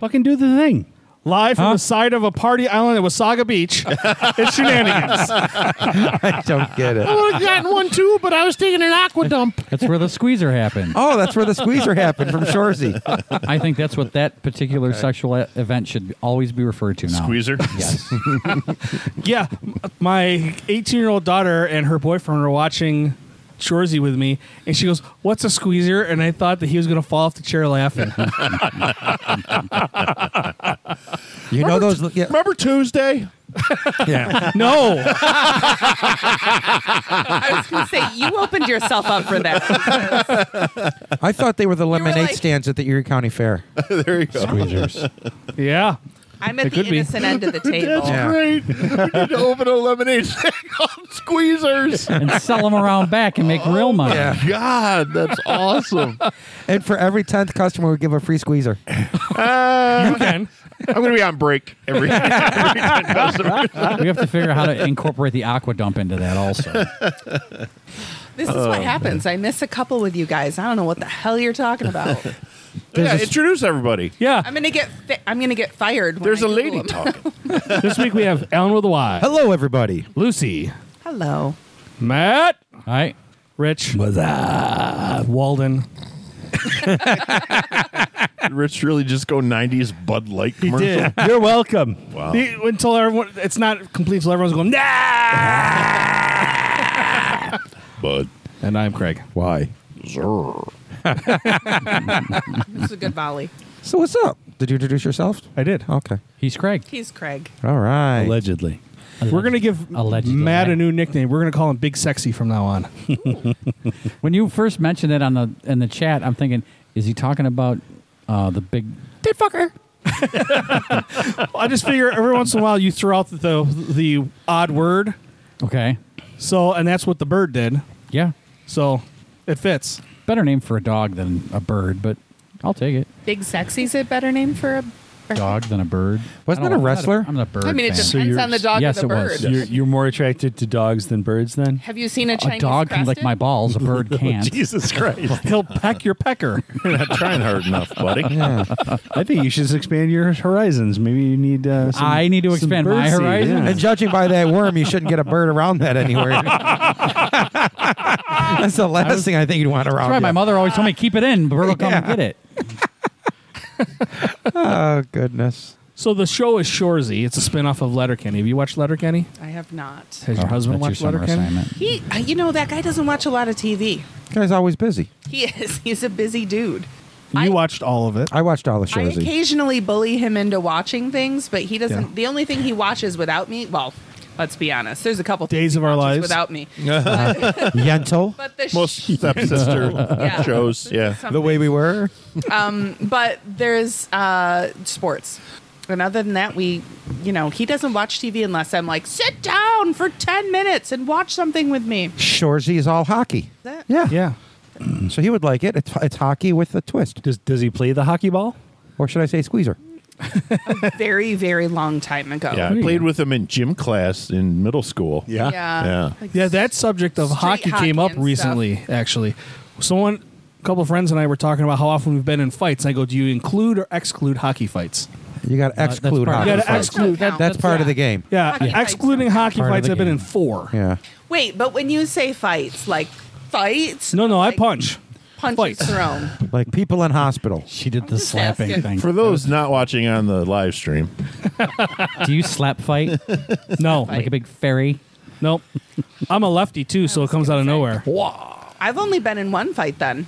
fucking do the thing. Live from the side of a party island at Wasaga Beach. it's shenanigans. I I don't get it. would have gotten one too, but I was taking an aqua dump. That's where the squeezer happened. Oh, that's where the squeezer happened from Shorzy. I think that's what that particular sexual e- event should always be referred to now. Squeezer. Yes. Yeah, m- my 18 year old daughter and her boyfriend were watching Shorzy with me, and she goes, "What's a squeezer?" And I thought that he was gonna fall off the chair laughing. You know those. Yeah, Remember Tuesday? yeah. no, I was going to say, you opened yourself up for that. I thought they were the lemonade like- stands at the Erie County Fair. there you go. Squeezers. yeah, I'm at It the could be. innocent end of the table. Yeah. Great. we need to open a lemonade stand called Squeezers. and sell them around back and make real money. Oh, God, that's awesome. And for every tenth customer, we give a free squeezer. you can. Uh, I'm going to be on break every, every 10 customers. We have to figure out how to incorporate the aqua dump into that also. This is Oh. what happens. I miss a couple with you guys. I don't know what the hell you're talking about. Yeah, introduce everybody. Yeah, I'm going to get fi- I'm going to get fired. when There's I a Google lady them. talking. this week we have Ellen with a Y, Hello, everybody. Lucy, Hello. Matt, All right. Rich, Walden. Rich really just go 90s Bud Light commercial. You're welcome. Wow. The- until everyone, it's not complete until everyone's going, nah! Bud. And I'm Craig. Why? Zerr. This is a good volley. So what's up? Did you introduce yourself? I did. Okay. He's Craig. He's Craig. All right. Allegedly. We're going to give Allegedly. Matt a new nickname. We're going to call him Big Sexy from now on. When you first mentioned it on the in the chat, I'm thinking, is he talking about uh, the big Tit fucker. I just figure every once in a while you throw out the, the odd word. Okay. So, and that's what the bird did. Yeah. So it fits. Better name for a dog than a bird, but I'll take it. Big Sexy's a better name for a or- Dog than a bird. I Wasn't don't know. I'm that a wrestler? not I'm not a bird. I mean, it fan. depends So you're- on the dog Yes, or the it bird. was. You're, you're more attracted to dogs than birds, then? Have you seen a a Chinese dog can lick crested? my balls. A bird Oh, can't. Jesus Christ. He'll peck your pecker. You're not trying hard enough, buddy. I think you should expand your horizons. Maybe you need. Uh, some, I need to some expand bird my seed, horizons? yeah. And judging by that worm, you shouldn't get a bird around that anywhere. That's the last thing I think you'd want That's around. right. My you. mother always told me keep it in. Bird will come and Yeah. get it. Oh goodness. So the show is Shorzy. It's a spinoff of Letterkenny. Have you watched Letterkenny? I have not. Has your husband Oh, That's watched your summer Letterkenny? assignment. He, uh, you know, that guy doesn't watch a lot of TV. Guy's always busy. He is. He's a busy dude. You watched all of it. I watched all the I shows. occasionally bully him into watching things, but he doesn't. Yeah. The only thing he watches without me, well, let's be honest, there's a couple Days things he of Our watches Lives. without me. Yentl. But the sh- Most stepsister Yeah. shows. Yeah. The way we were. but there's uh, sports. And other than that, we, you know, he doesn't watch TV unless I'm like, sit down for 10 minutes and watch something with me. Shorzy is all hockey. That- Yeah. Yeah. So he would like it. It's, it's hockey with a twist, Does, does he play the hockey ball? or should I say squeezer? Very, very long time ago. Yeah. I played with him in gym class in middle school. Yeah. Yeah. Yeah. Like, Yeah, that subject of Street hockey, came up hockey and recently, actually. Someone, a couple friends and I were talking about how often we've been in fights. And I go, do you include or exclude hockey fights? You got to that's exclude part of hockey. the You gotta fights. exclude- That- That's, part of the game. Yeah, Hockey fights excluding don't hockey Part of fights, the I've been in game. four. Yeah. Wait, but when you say fights, like fights? No, no, Like, I punch. Punches Fights. thrown. Like people in hospital. She did the just slapping asking. thing. For those not watching on the live stream, Do you slap fight No, like a big fairy? nope. I'm a lefty too, so it comes out of nowhere. I've only been in one fight then.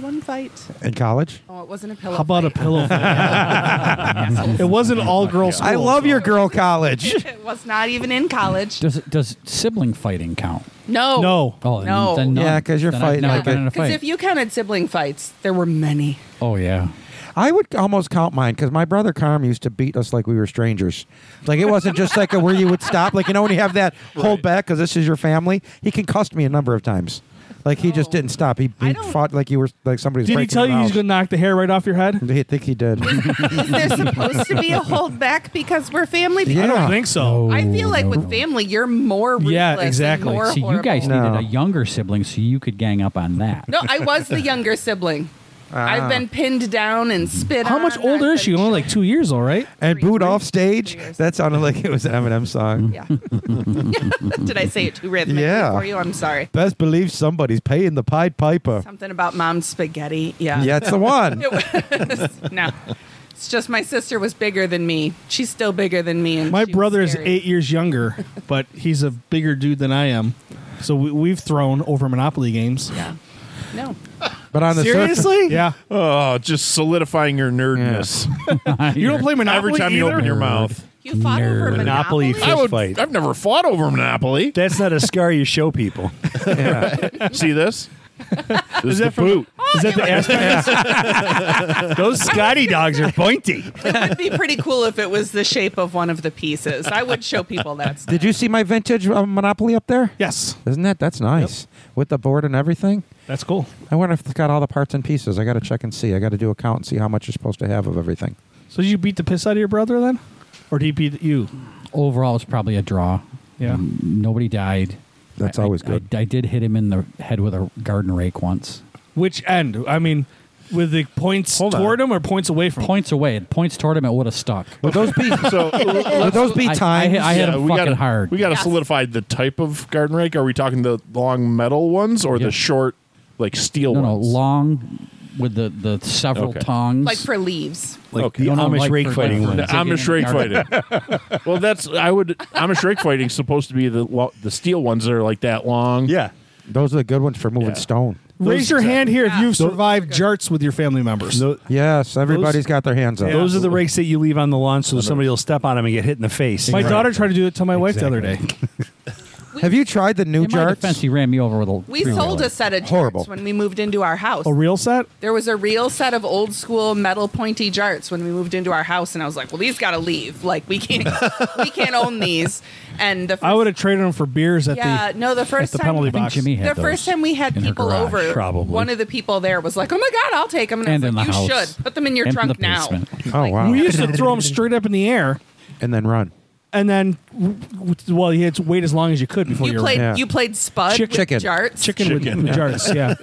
One fight. In college? Oh, it wasn't a pillow. How about a fight. pillow? fight? it wasn't all girls. I love your girl college. It was not even in college. Does it, does sibling fighting count? No. No. Oh then- No. Then none. Yeah, 'cause you're Then I've fighting never like been a- in a Because fight. if you counted sibling fights, there were many. oh yeah. I would almost count mine because my brother Carm used to beat us like we were strangers. Like it wasn't just like a where you would stop. Like you know when you have that hold back because this is your family. He concussed me a number of times. Like he just didn't stop. He, I he don't- fought like you were like somebody. Was Did he breaking tell you him he's out. gonna knock the hair right off your head? I think he did. Is there supposed to be a holdback because we're family? Yeah. I don't think so. I feel like Oh, no. with family, you're more ruthless. Yeah, and exactly. more So you guys horrible. No. needed a younger sibling so you could gang up on that. No, I was the younger sibling. I've been pinned down and spit. How much on. older I've is she? been Only like two years, all right. And Three- boot three- off stage. three years. That sounded like it was an Eminem song. Yeah. Did I say it too rhythmically Yeah. for you? I'm sorry. Best believe somebody's paying the Pied Piper. Something about mom's spaghetti. Yeah. Yeah, it's the one. It was, no. It's just my sister was bigger than me. She's still bigger than me. And My she was brother is scary. eight years younger, but he's a bigger dude than I am. So we, we've thrown over Monopoly games. Yeah. No. But on the surface, Seriously? Yeah. Oh, just solidifying your nerdness You don't play Monopoly every time you either? open your mouth. You fought over Monopoly. Monopoly fist I would. fight. I've never fought over Monopoly. That's not a scar you show people. See this? This is the from- boot. Is that the Those Scotty dogs are pointy. It would be pretty cool if it was the shape of one of the pieces. I would show people that. stuff. did you see my vintage uh, Monopoly up there? Yes. Isn't that? That's nice. With the board and everything. That's cool. I wonder if it's got all the parts and pieces. I got to check and see. I got to do a count and see how much you're supposed to have of everything. So did you beat the piss out of your brother then? Or did he beat you? Overall, it's probably a draw. Yeah. Nobody died. That's I- always I- good. I, I did hit him in the head with a garden rake once. Which end? I mean, with the points Hold on. toward him or points away from him? Points away. Points toward him, it would have stuck. Would those be? So would those be I- I- times? I hit him we fucking gotta, hard. We got to Yes. solidify the type of garden rake. Are we talking the long metal ones or Yeah. the short, like steel no, no, ones? long with the, the several Okay. tongs. Like for leaves. Like Okay. the No, no, Amish like rake for- fighting like for- ones. The Amish rake fighting. well, that's I would Amish rake fighting supposed to be the lo- the steel ones that are like that long. Yeah. Those are the good ones for moving Yeah. stone. Raise your hand here if Yeah. you've survived jarts with your family members. Tho- Yes, everybody's got their hands up. Yeah. Those are the rakes that you leave on the lawn so somebody will step on them and get hit in the face. My daughter tried to do it to my wife the other day. Have you tried the new in my jarts? defense, he ran me over with a. We three-wheeler. sold a set of jarts Horrible. when we moved into our house. A real set? There was a real set of old school metal pointy jarts when we moved into our house, and I was like, "Well, these got to leave. Like, we can't, we can't own these." And the first, I would have traded them for beers at yeah, the. no, the first the time penalty I think box. Jimmy the had first those time we had in her people garage. over, probably. one of the people there was like, "Oh my god, I'll take them," and, And I in was the like, "You house. should put them in your And in trunk the now." basement. Oh wow! We used to throw them straight up in the air and then run. and then, w- w- well, you had to wait as long as you could before you, You were played, Yeah. you played Spud Chick- with chicken. jarts. chicken, with- Chicken, with, jarts. Yeah.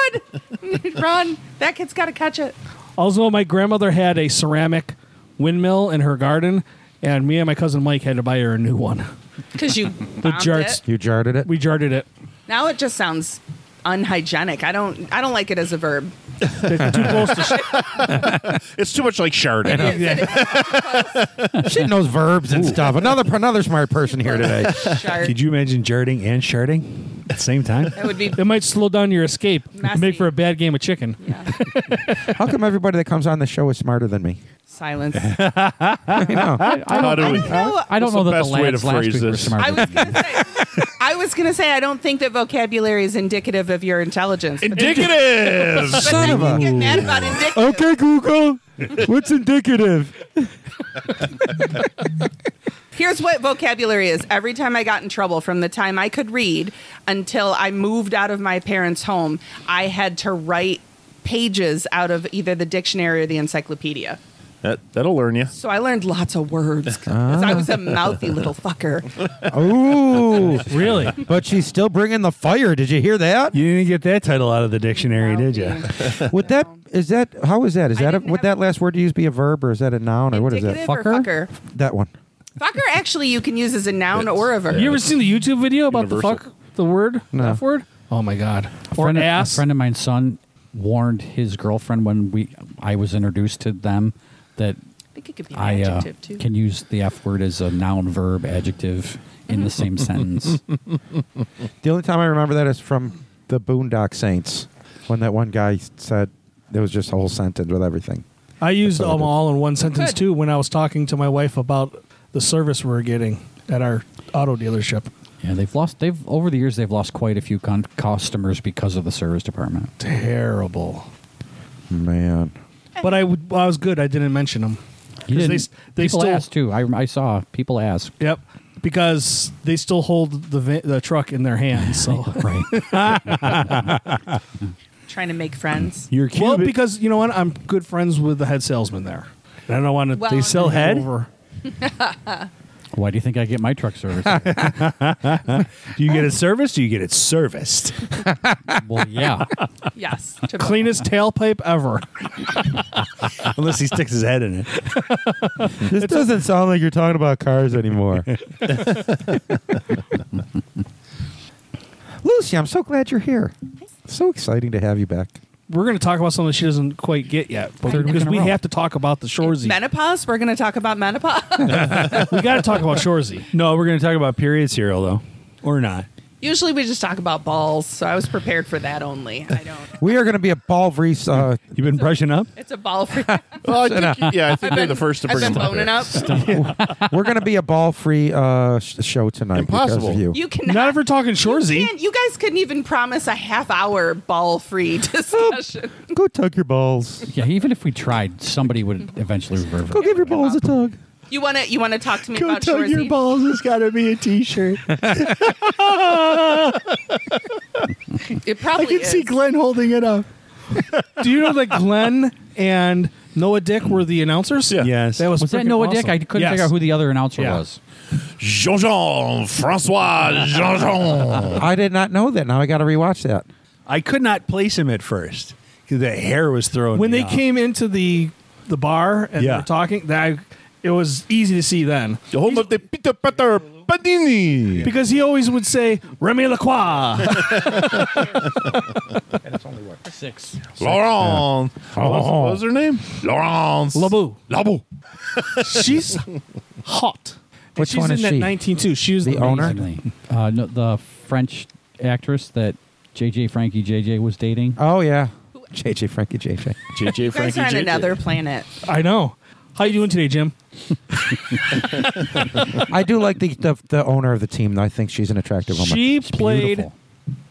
Spud, run! That kid's got to catch it. Also, my grandmother had a ceramic windmill in her garden, and me and my cousin Mike had to buy her a new one. Because you The bombed jarts. it. You jarted it. We jarted it. Now it just sounds unhygienic. I don't I don't like it as a verb. Too close to sh- It's too much like sharding. she knows verbs and stuff. Another another smart person here today. Shark. Did you imagine jarting and sharding at the same time? That would be It might slow down your escape, Messy. make for a bad game of chicken. yeah. How come everybody that comes on the show is smarter than me? silence. You know, How do we? No, I don't What's know the that the best way to lads last phrase week were this? smart. I was gonna say I was gonna say I don't think that vocabulary is indicative of your intelligence. Indicative. but Son then of you a- get mad about indicative. Google, what's indicative? Here's what vocabulary is. Every time I got in trouble from the time I could read until I moved out of my parents' home, I had to write pages out of either the dictionary or the encyclopedia. that, that'll learn you. So I learned lots of words 'cause I was a mouthy little fucker. Ooh, Really? but she's still bringing the fire. Did you hear that? You didn't get that title out of the dictionary, did you? Would that is that how is that? Is I that a, didn't would that have- last word you use be a verb or is that a noun or what is that? Indicative or Fucker? fucker? That one. Fucker actually you can use as a noun or a verb. You ever seen the YouTube video about the Universal. fuck, the word, No. F word? Oh my God. A Or friend, of- a ass. friend of mine's son warned his girlfriend when we I was introduced to them that I think it could be an I uh, adjective too. can use the F word as a noun, verb, adjective in the same sentence. The only time I remember that is from the Boondock Saints when that one guy said it was just a whole sentence with everything. I used them what I did. all in one sentence Good. too when I was talking to my wife about the service we were getting at our auto dealership. yeah, they've lost. They've over the years they've lost quite a few con- customers because of the service department. Terrible. Man, But I, would, I was good. I didn't mention them. You didn't- 'Cause they s- they people still- ask too. I, I saw people ask. Yep. Because they still hold the va- the truck in their hands. So Right. Trying to make friends. Your Cuban. well, because you know what, I'm good friends with the head salesman there. And I don't want to. Well, They sell head? Over. Why do you think I get my truck serviced? here? Do you get it serviced? Do you get it serviced? well, yeah. Yes. to both. Cleanest tailpipe ever. Unless he sticks his head in it. This doesn't sound like you're talking about cars anymore. Lucy, I'm so glad you're here. So exciting to have you back. We're going to talk about something she doesn't quite get yet, but Third week because in a we row. have to talk about the Shorzy. Menopause. We're going to talk about menopause. we got to talk about Shorzy. No, we're going to talk about period cereal, though. Or not. Usually we just talk about balls, so I was prepared for that only. I don't. We are going to be at Ball Reese. Uh, You've been brushing up? It's a ball for. Well, I think you- yeah, I think you're the first to I've been bring them up. boning here. up. we're going to be a ball free uh, sh- show tonight. Impossible. Because of you. You cannot. Not if we're talking Shorzy. Man, you guys couldn't even promise a half hour ball free discussion. Go tug your balls. Yeah, even if we tried, somebody would eventually revert. Go give your balls a tug. You wanna you wanna talk to me about Shorzy? balls. It's got to be a t shirt. It probably is. holding it up. Do you know that Glenn and Noah Dick were the announcers? Yeah. Yes. That was, Was that freaking Noah awesome. Dick? I couldn't Yes. figure out who the other announcer Yeah. was. Jean Jean Francois Jean Jean. I did not know that. Now I got to rewatch that. I could not place him at first because the hair was thrown. when me they off. came into the the bar and Yeah. they were talking, that it was easy to see then The home of the Peter Peter Padini. because he always would say Remy Lacroix. Six. Laurent. What, was, what was her name? Laurence. Labou. Labou. She's hot. And Which she's one in is that she? 19 too. She was The owner? Uh, no, the French actress that JJ Frankie JJ was dating. Oh, yeah. JJ, Frankie, JJ. JJ You guys Frankie are on JJ. another planet. I know. How you doing today, Jim? I do like the, the the owner of the team. though. I think she's an attractive woman. She played. Beautiful.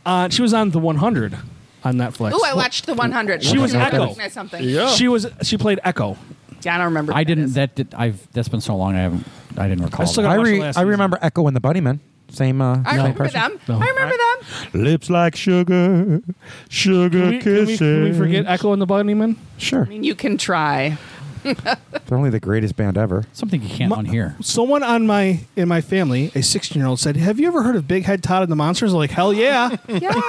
Uh, she was on the 100 on Netflix. Oh, I watched the 100. She was You Echo. recognize Something. Yeah. She was. She played Echo. Yeah, I don't remember. who I that didn't. is. That did, I've. That's been so long. I haven't. I didn't recall. still that. got- I, watched re- the last I remember Echo and the Bunnymen. Same, uh, I same remember person. them. I remember them. Lips like sugar, Can sugar we, can we- can we forget Echo and the Bunnymen? Sure. I mean, you can try. They're only the greatest band ever. Something you can't unhear. Someone on my in my family, a 16 year old, said, "Have you ever heard of Big Head Todd and the Monsters?" I'm like, hell yeah, Yeah.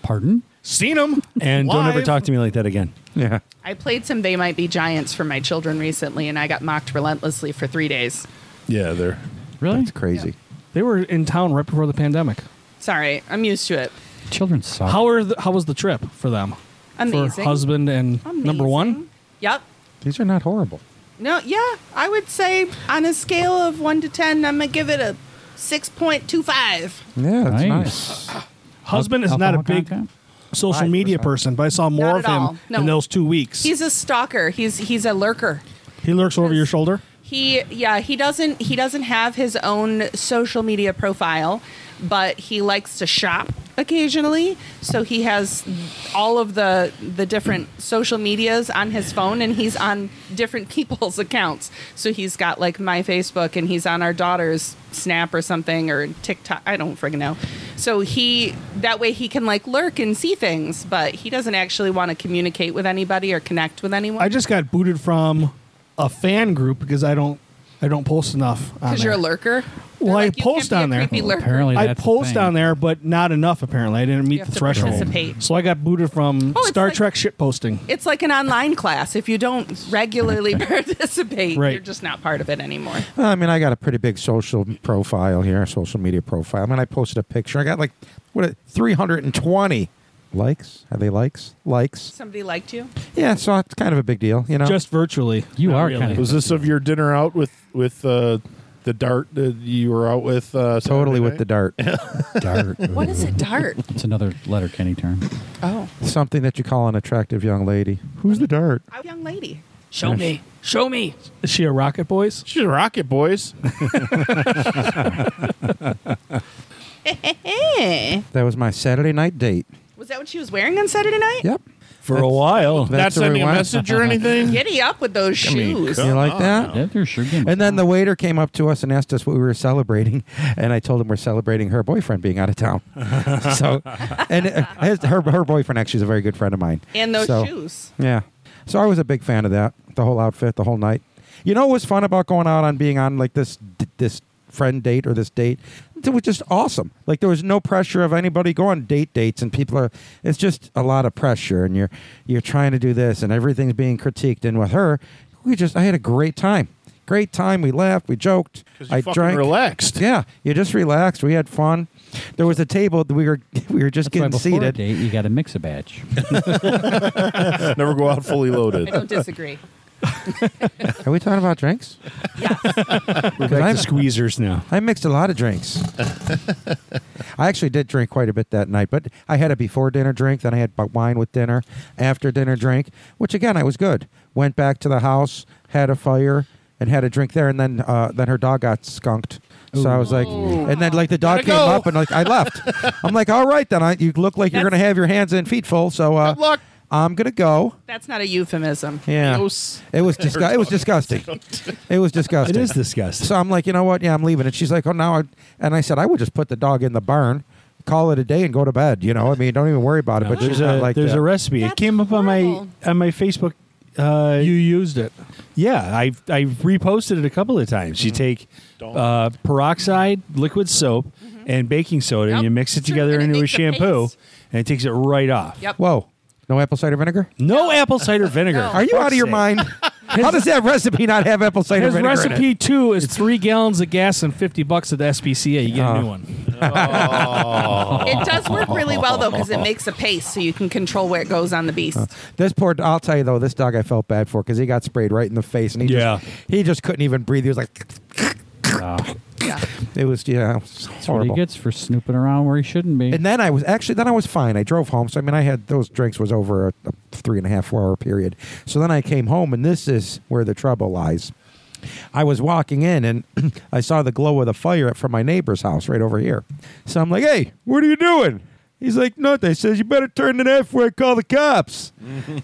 Pardon? seen them. And don't ever Live. talk to me like that again. Yeah. I played some They Might Be Giants for my children recently, and I got mocked relentlessly for three days. Yeah, they're. Really? That's crazy. They were in town right before the pandemic. Sorry, I'm used to it. Children suck. How are the, how was the trip for them? For Amazing. husband and number one. Amazing. Yep. These are not horrible. No, yeah, I would say on a scale of one to ten, I'm gonna give it a six point two five. Yeah, that's nice. nice. Husband is not a Alcohol big content? social Five media percent. person, but I saw more Not of at all. him No. in those two weeks. He's a stalker. He's he's a lurker. he lurks over your shoulder. He yeah, he doesn't he doesn't have his own social media profile, but he likes to shop occasionally. So he has all of the the different social medias on his phone and he's on different people's accounts. So he's got like my Facebook and he's on our daughter's Snap or something or TikTok, I don't friggin' know. So he that way he can like lurk and see things, but he doesn't actually want to communicate with anybody or connect with anyone. I just got booted from a fan group because I don't I don't post enough. on Because you're a there. lurker. They're Well, I like, "You can't post be a on there. creepy Well, lurker." apparently- I That's the post thing. down there, but not enough apparently. I didn't meet have the to threshold. participate. So I got booted from Oh, it's Star like- Trek shit posting. It's like an online class. If you don't regularly participate, Right. you're just not part of it anymore. Well, I mean, I got a pretty big social profile here, social media profile. I mean, I posted a picture. I got like, what, 320 likes? Are they likes? Likes. Somebody liked you. Yeah, so it's kind of a big deal, you know? Just virtually. You Not are really. kind of Was this of your dinner out with with uh, the dart that you were out with? Uh, totally with the Saturday dart. dart. What is a dart? It's another letter Kenny term. Oh, Something that you call an attractive young lady. Who's the dart? a young lady. Show me. Show me. Is she a Rocket Boys? night? She's a rocket, boys. Eh. That was my Saturday night date. Was that what she was wearing on Saturday night? Yep. For a while. That's Not the sending a rewind. message or anything. Giddy up with those mean, shoes. come- You like Oh, that? Yeah, they're sure game. And then the waiter came up to us and asked us what we were celebrating, and I told him we're celebrating her boyfriend being out of town. so, and uh, his, her her boyfriend actually is a very good friend of mine. And those So, shoes. Yeah. So I was a big fan of that, the whole outfit, the whole night. You know what was fun about going out on being on like this d- this friend date or this date? It was just awesome. Like there was no pressure of anybody go on date dates, and people are. It's just a lot of pressure, and you're you're trying to do this, and everything's being critiqued. And with her, we just I had a great time. Great time. We laughed. We joked. you I fucking drank. relaxed. Yeah, you just relaxed. We had fun. There was a table that we were we were just That's why before getting a seated. date, you got to mix a batch. Never go out fully loaded. I don't disagree. Are we talking about drinks? We're I'm- back to squeezers now. I mixed a lot of drinks. I actually did drink quite a bit that night, but I had a before dinner drink, then I had bu- wine with dinner, after dinner drink, which again I was good. Went back to the house, had a fire, and had a drink there, and then uh, then her dog got skunked. So I was like, and then like the dog Gotta came go. up and like I left. I'm like, all right then, I, you look like you're That's- gonna have your hands and feet full, so uh, Good luck. I'm gonna go. That's not a euphemism. Yeah, Gross. it was disgu- it was disgusting. It was disgusting. It is disgusting. So I'm like, you know what? Yeah, I'm leaving. And she's like, oh, now I. And I said, I would just put the dog in the barn, call it a day, and go to bed. You know, I mean, don't even worry about it. but there's she's a not like there's that. a recipe. That's it came up horrible. on my on my Facebook. Uh, You used it. yeah, I I reposted it a couple of times. You Mm-hmm. take Don't. uh, peroxide, liquid soap, Mm-hmm. and baking soda, Yep. and you mix it It's true, together and it into a makes a shampoo, paste. and it takes it right off. Yep. Whoa, no apple cider vinegar. No apple cider vinegar. No. Are you Fuck's out of your sake. mind? How does that recipe not have apple cider His vinegar? in it? recipe two is three gallons of gas and fifty bucks at the SPCA. You get Oh. a new one. It does work really well though because it makes a pace, so you can control where it goes on the beast. This poor, I'll tell you though, this dog I felt bad for because he got sprayed right in the face, and he Yeah. just he just couldn't even breathe. He was like, Yeah. it was yeah, it was That's what he horrible. gets for snooping around where he shouldn't be. And then I was actually then I was fine. I drove home, so I mean I had those drinks was over a, a three and a half four hour period. So then I came home, and this is where the trouble lies. I was walking in and I saw the glow of the fire from my neighbor's house right over here. So I'm like, "Hey, what are you doing?" He's like, "Nothing." I says, "You better turn it off before I call the cops."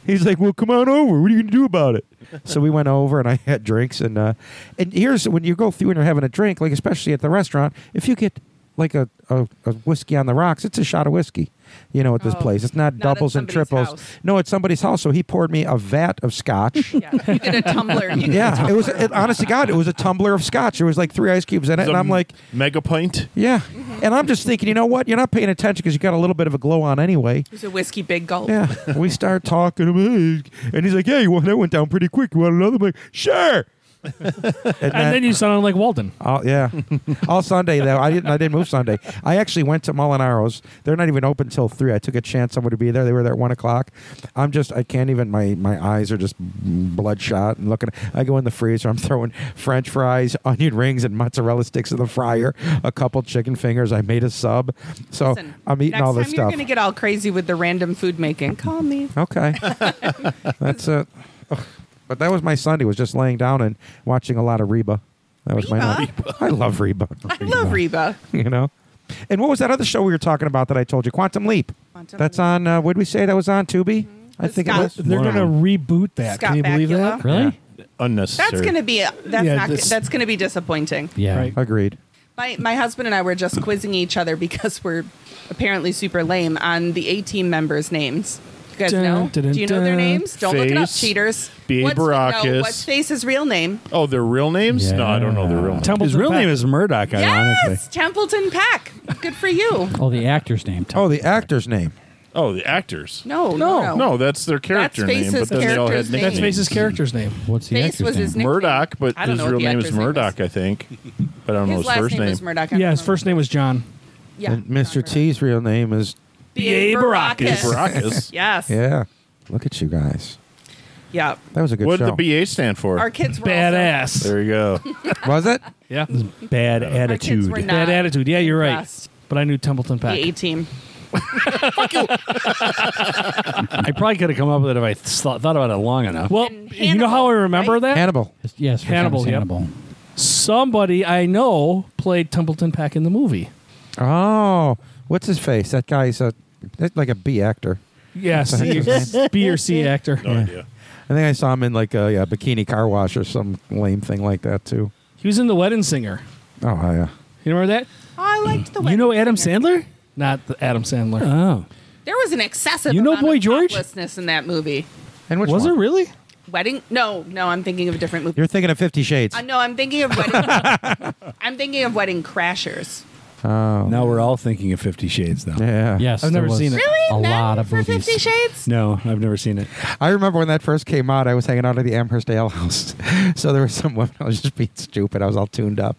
He's like, "Well, come on over. What are you gonna do about it?" so we went over and I had drinks and uh, and here's when you go through and you're having a drink, like especially at the restaurant, if you get like a, a, a whiskey on the rocks, it's a shot of whiskey, you know, at this Oh, place. It's not, not at doubles and somebody's triples. house. No, it's somebody's house. So he poured me a vat of scotch. Yeah. You did a tumbler. You did a Yeah, it tumbler. was. It, honest to God, it was a tumbler of scotch. There was like three ice cubes in it, It's a and I'm like, mega pint. yeah. And I'm just thinking, you know what? You're not paying attention because you got a little bit of a glow on anyway. It was a whiskey big gulp. Yeah. we start talking, I'm, "Hey," and he's like, "Yeah, you want that went down pretty quick. You want another?" I'm like, "Sure." and And then you sounded like Walden. all, yeah, all Sunday though. I didn't. I didn't move Sunday. I actually went to Molinaro's. They're not even open till three. I took a chance someone would be there. They were there at one o'clock. I'm just. I can't even. My my eyes are just bloodshot and looking. I go in the freezer. I'm throwing French fries, onion rings, and mozzarella sticks in the fryer. A couple chicken fingers. I made a sub. So Listen, Oh, I'm eating next all this time You're stuff. gonna get all crazy with the random food making. Call me. Okay. That's it. But that was my Sunday. Was just laying down and watching a lot of Reba. That was my Reba? night. I love Reba. I love Reba. You know. And what was that other show we were talking about that I told you? Quantum Leap. Quantum That's Leap. on. Mm-hmm. Uh, what did we say that was on Tubi? I With think Scott. it was. They're gonna reboot that. Scott Can you believe Bakula. that? really? Unnecessary. That's gonna be uh, that's Yeah, not this- that's gonna be disappointing. Yeah. Right. Agreed. My my husband and I were just quizzing each other because we're apparently super lame on the A team members' names. You guys Dun, know? dun, dun, Do you know their dun. names? Don't look it up, Face, cheaters. B.A. What's- No, Baracus. what's Face's real name? Oh, their real names? No, I don't know their real names. Temple His real Tibet. name is Murdoch. Ironically, Yes, Templeton Peck. Good for you. Oh, the actor's name. Tom. Oh, the actor's name. Oh, the actors. No, no, no. No, that's their character name, Face's but then they all had character's name. nicknames. That's Face's character's name. What's the Face actor's was name? his nickname. Murdoch, but I don't his know what real the name is actor's name Murdoch, I think. But I don't His know his last first name name. is Murdoch. I Yeah, don't his know. first name was John. Yeah, And Mr. T's real name is. B.A. B.A. Baracus. Baracus. Baracus. Yes. Yeah. Look at you guys. Yeah. That was a good What did show. the BA stand for? Our kids were Also, Badass. there you go. was it? Yeah. bad our kids attitude. were not Bad attitude. Yeah, you're right. impressed. But I knew Templeton The Peck. A team. I probably could have come up with it if I th- thought about it long enough. Well, And Oh, you know how I Hannibal, remember right? that? Hannibal. His- Yes, for Hannibal, Thomas yep. Hannibal. Somebody I know played Templeton Peck in the movie. Oh, what's his face? That guy's a that's like a B actor. Yes, B or C actor. No idea. I think I saw him in like a yeah, bikini car wash or some lame thing like that too. He was in The Wedding Singer. Oh yeah. You remember that? Oh, I liked the way. You know Adam Sandler? Not the Adam Sandler. oh, There was an excessive You know amount Boy of George? toplessness in that movie. And which was one? it really? Wedding? No, no, I'm thinking of a different movie. You're thinking of Fifty Shades. Uh, no, I'm thinking of wedding. I'm thinking of Wedding Crashers. Oh. Now we're all thinking of Fifty Shades, though. Yeah. Yes, I've there never was seen it. Really? A None lot of for movies. Fifty Shades. No, I've never seen it. I remember when that first came out, I was hanging out at the Amherst Ale House. So there was some woman, I was just being stupid. I was all tuned up.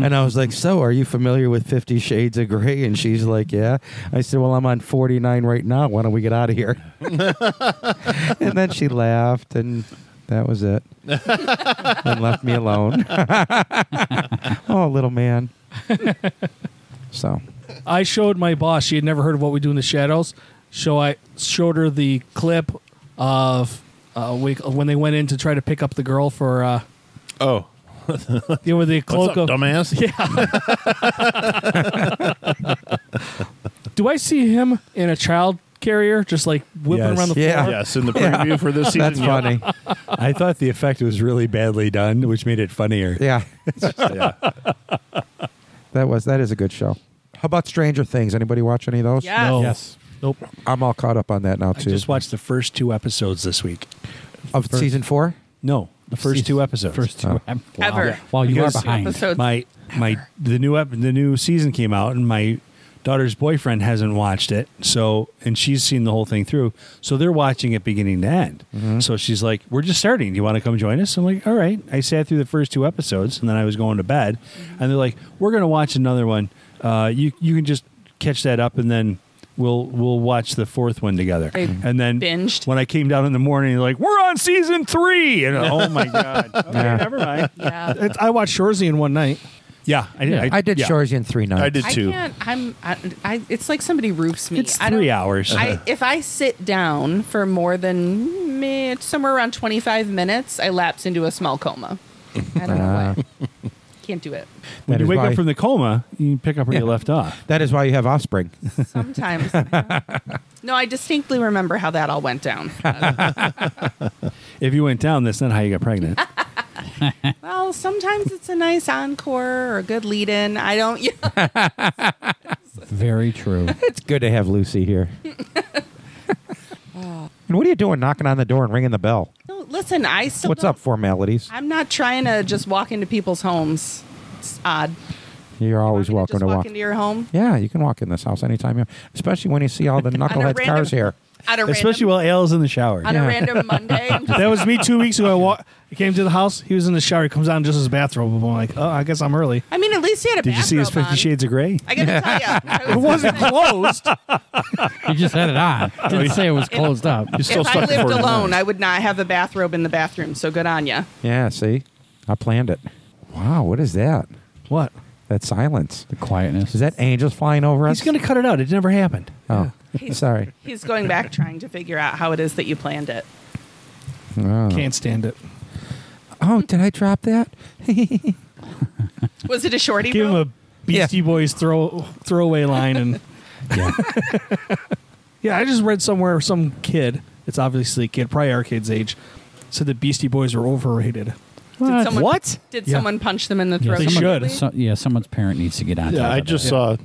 And I was like, So are you familiar with Fifty Shades of Grey? And she's like, Yeah. I said, Well, I'm on 49 right now. Why don't we get out of here? and then she laughed, and that was it. and left me alone. oh, little man. So, I showed my boss. She had never heard of what we do in the shadows. So I showed her the clip of uh, we, when they went in to try to pick up the girl for uh, Oh, you know, with the what's cloak up, of. dumbass? Do I see him in a child carrier, just like whipping Yes. around the Yeah. floor? Yes, in the preview for this season. that's yeah. funny. I thought the effect was really badly done, which made it funnier. Yeah. Yeah. That was that is a good show. How about Stranger Things? Anybody watch any of those? Yes. No. Yes. Ah. Nope. I'm all caught up on that now I too. just watched the first two episodes this week. of season four. No, the first two episodes. First two Oh. wow. Ever. Wow, you are Because- behind. Episodes. my my the new ep- the new season came out and my daughter's boyfriend hasn't watched it so and she's seen the whole thing through so they're watching it beginning to end so she's like we're just starting do you want to come join us i'm like all right i sat through the first two episodes and then i was going to bed Mm-hmm. and they're like we're going to watch another one uh, you you can just catch that up and then we'll we'll watch the fourth one together They and then binged. when i came down in the morning they're like we're on season three and oh my god okay, Yeah. never mind Yeah. It's- I watched Shorzy in one night. yeah i, Yeah. I did yeah. Shores in three nights. I did I too. can't. I'm. I, I. It's like somebody roofs me. It's I don't- three hours. I, if I sit down for more than meh, somewhere around 25 minutes, I lapse into a small coma. I don't know why. Can't do it. when That you is wake why- up from the coma, you pick up where you left off. That is why you have offspring. Sometimes. no, I distinctly remember how that all went down. Uh, If you went down, that's not how you got pregnant. well, sometimes it's a nice encore or a good lead in. I don't. You know, Very true. it's good to have Lucy here. and what are you doing knocking on the door and ringing the bell? no, listen, I still. What's don't- up, formalities? I'm not trying to just walk into people's homes. It's odd. You're always I'm gonna welcome just to walk walk. into your home. yeah, you can walk in this house anytime you especially when you see all the knuckleheads random- cars here. At a Especially random, while Ale's in the shower. on a random Monday. I'm just That was me two weeks ago. I, wa- I came to the house. He was in the shower. He comes out in just his bathrobe. I'm like, oh, I guess I'm early. I mean, at least he had a Did you see his bathrobe Fifty on. Shades of Grey? I gotta tell you, It wasn't closed. you just had it on. Didn't say it was closed up. You're still if I stuck in lived 49. alone, I would not have a bathrobe in the bathroom. So good on you. Yeah, see? I planned it. Wow, what is that? What? That silence. The quietness. Is that angels flying over us? He's going to cut it out. It never happened. Oh, He's- sorry. He's going back trying to figure out how it is that you planned it. Can't stand it. Oh, did I drop that? Was it a shorty? Give him rope? a Beastie Boys throw throwaway line and Yeah. yeah, I just read somewhere some kid. It's obviously a kid, probably our kid's age, said that Beastie Boys were overrated. did someone, What? Did Yeah. someone punch them in the throat? They someone- should. So, yeah, someone's parent needs to get on. Yeah, top I of just that. saw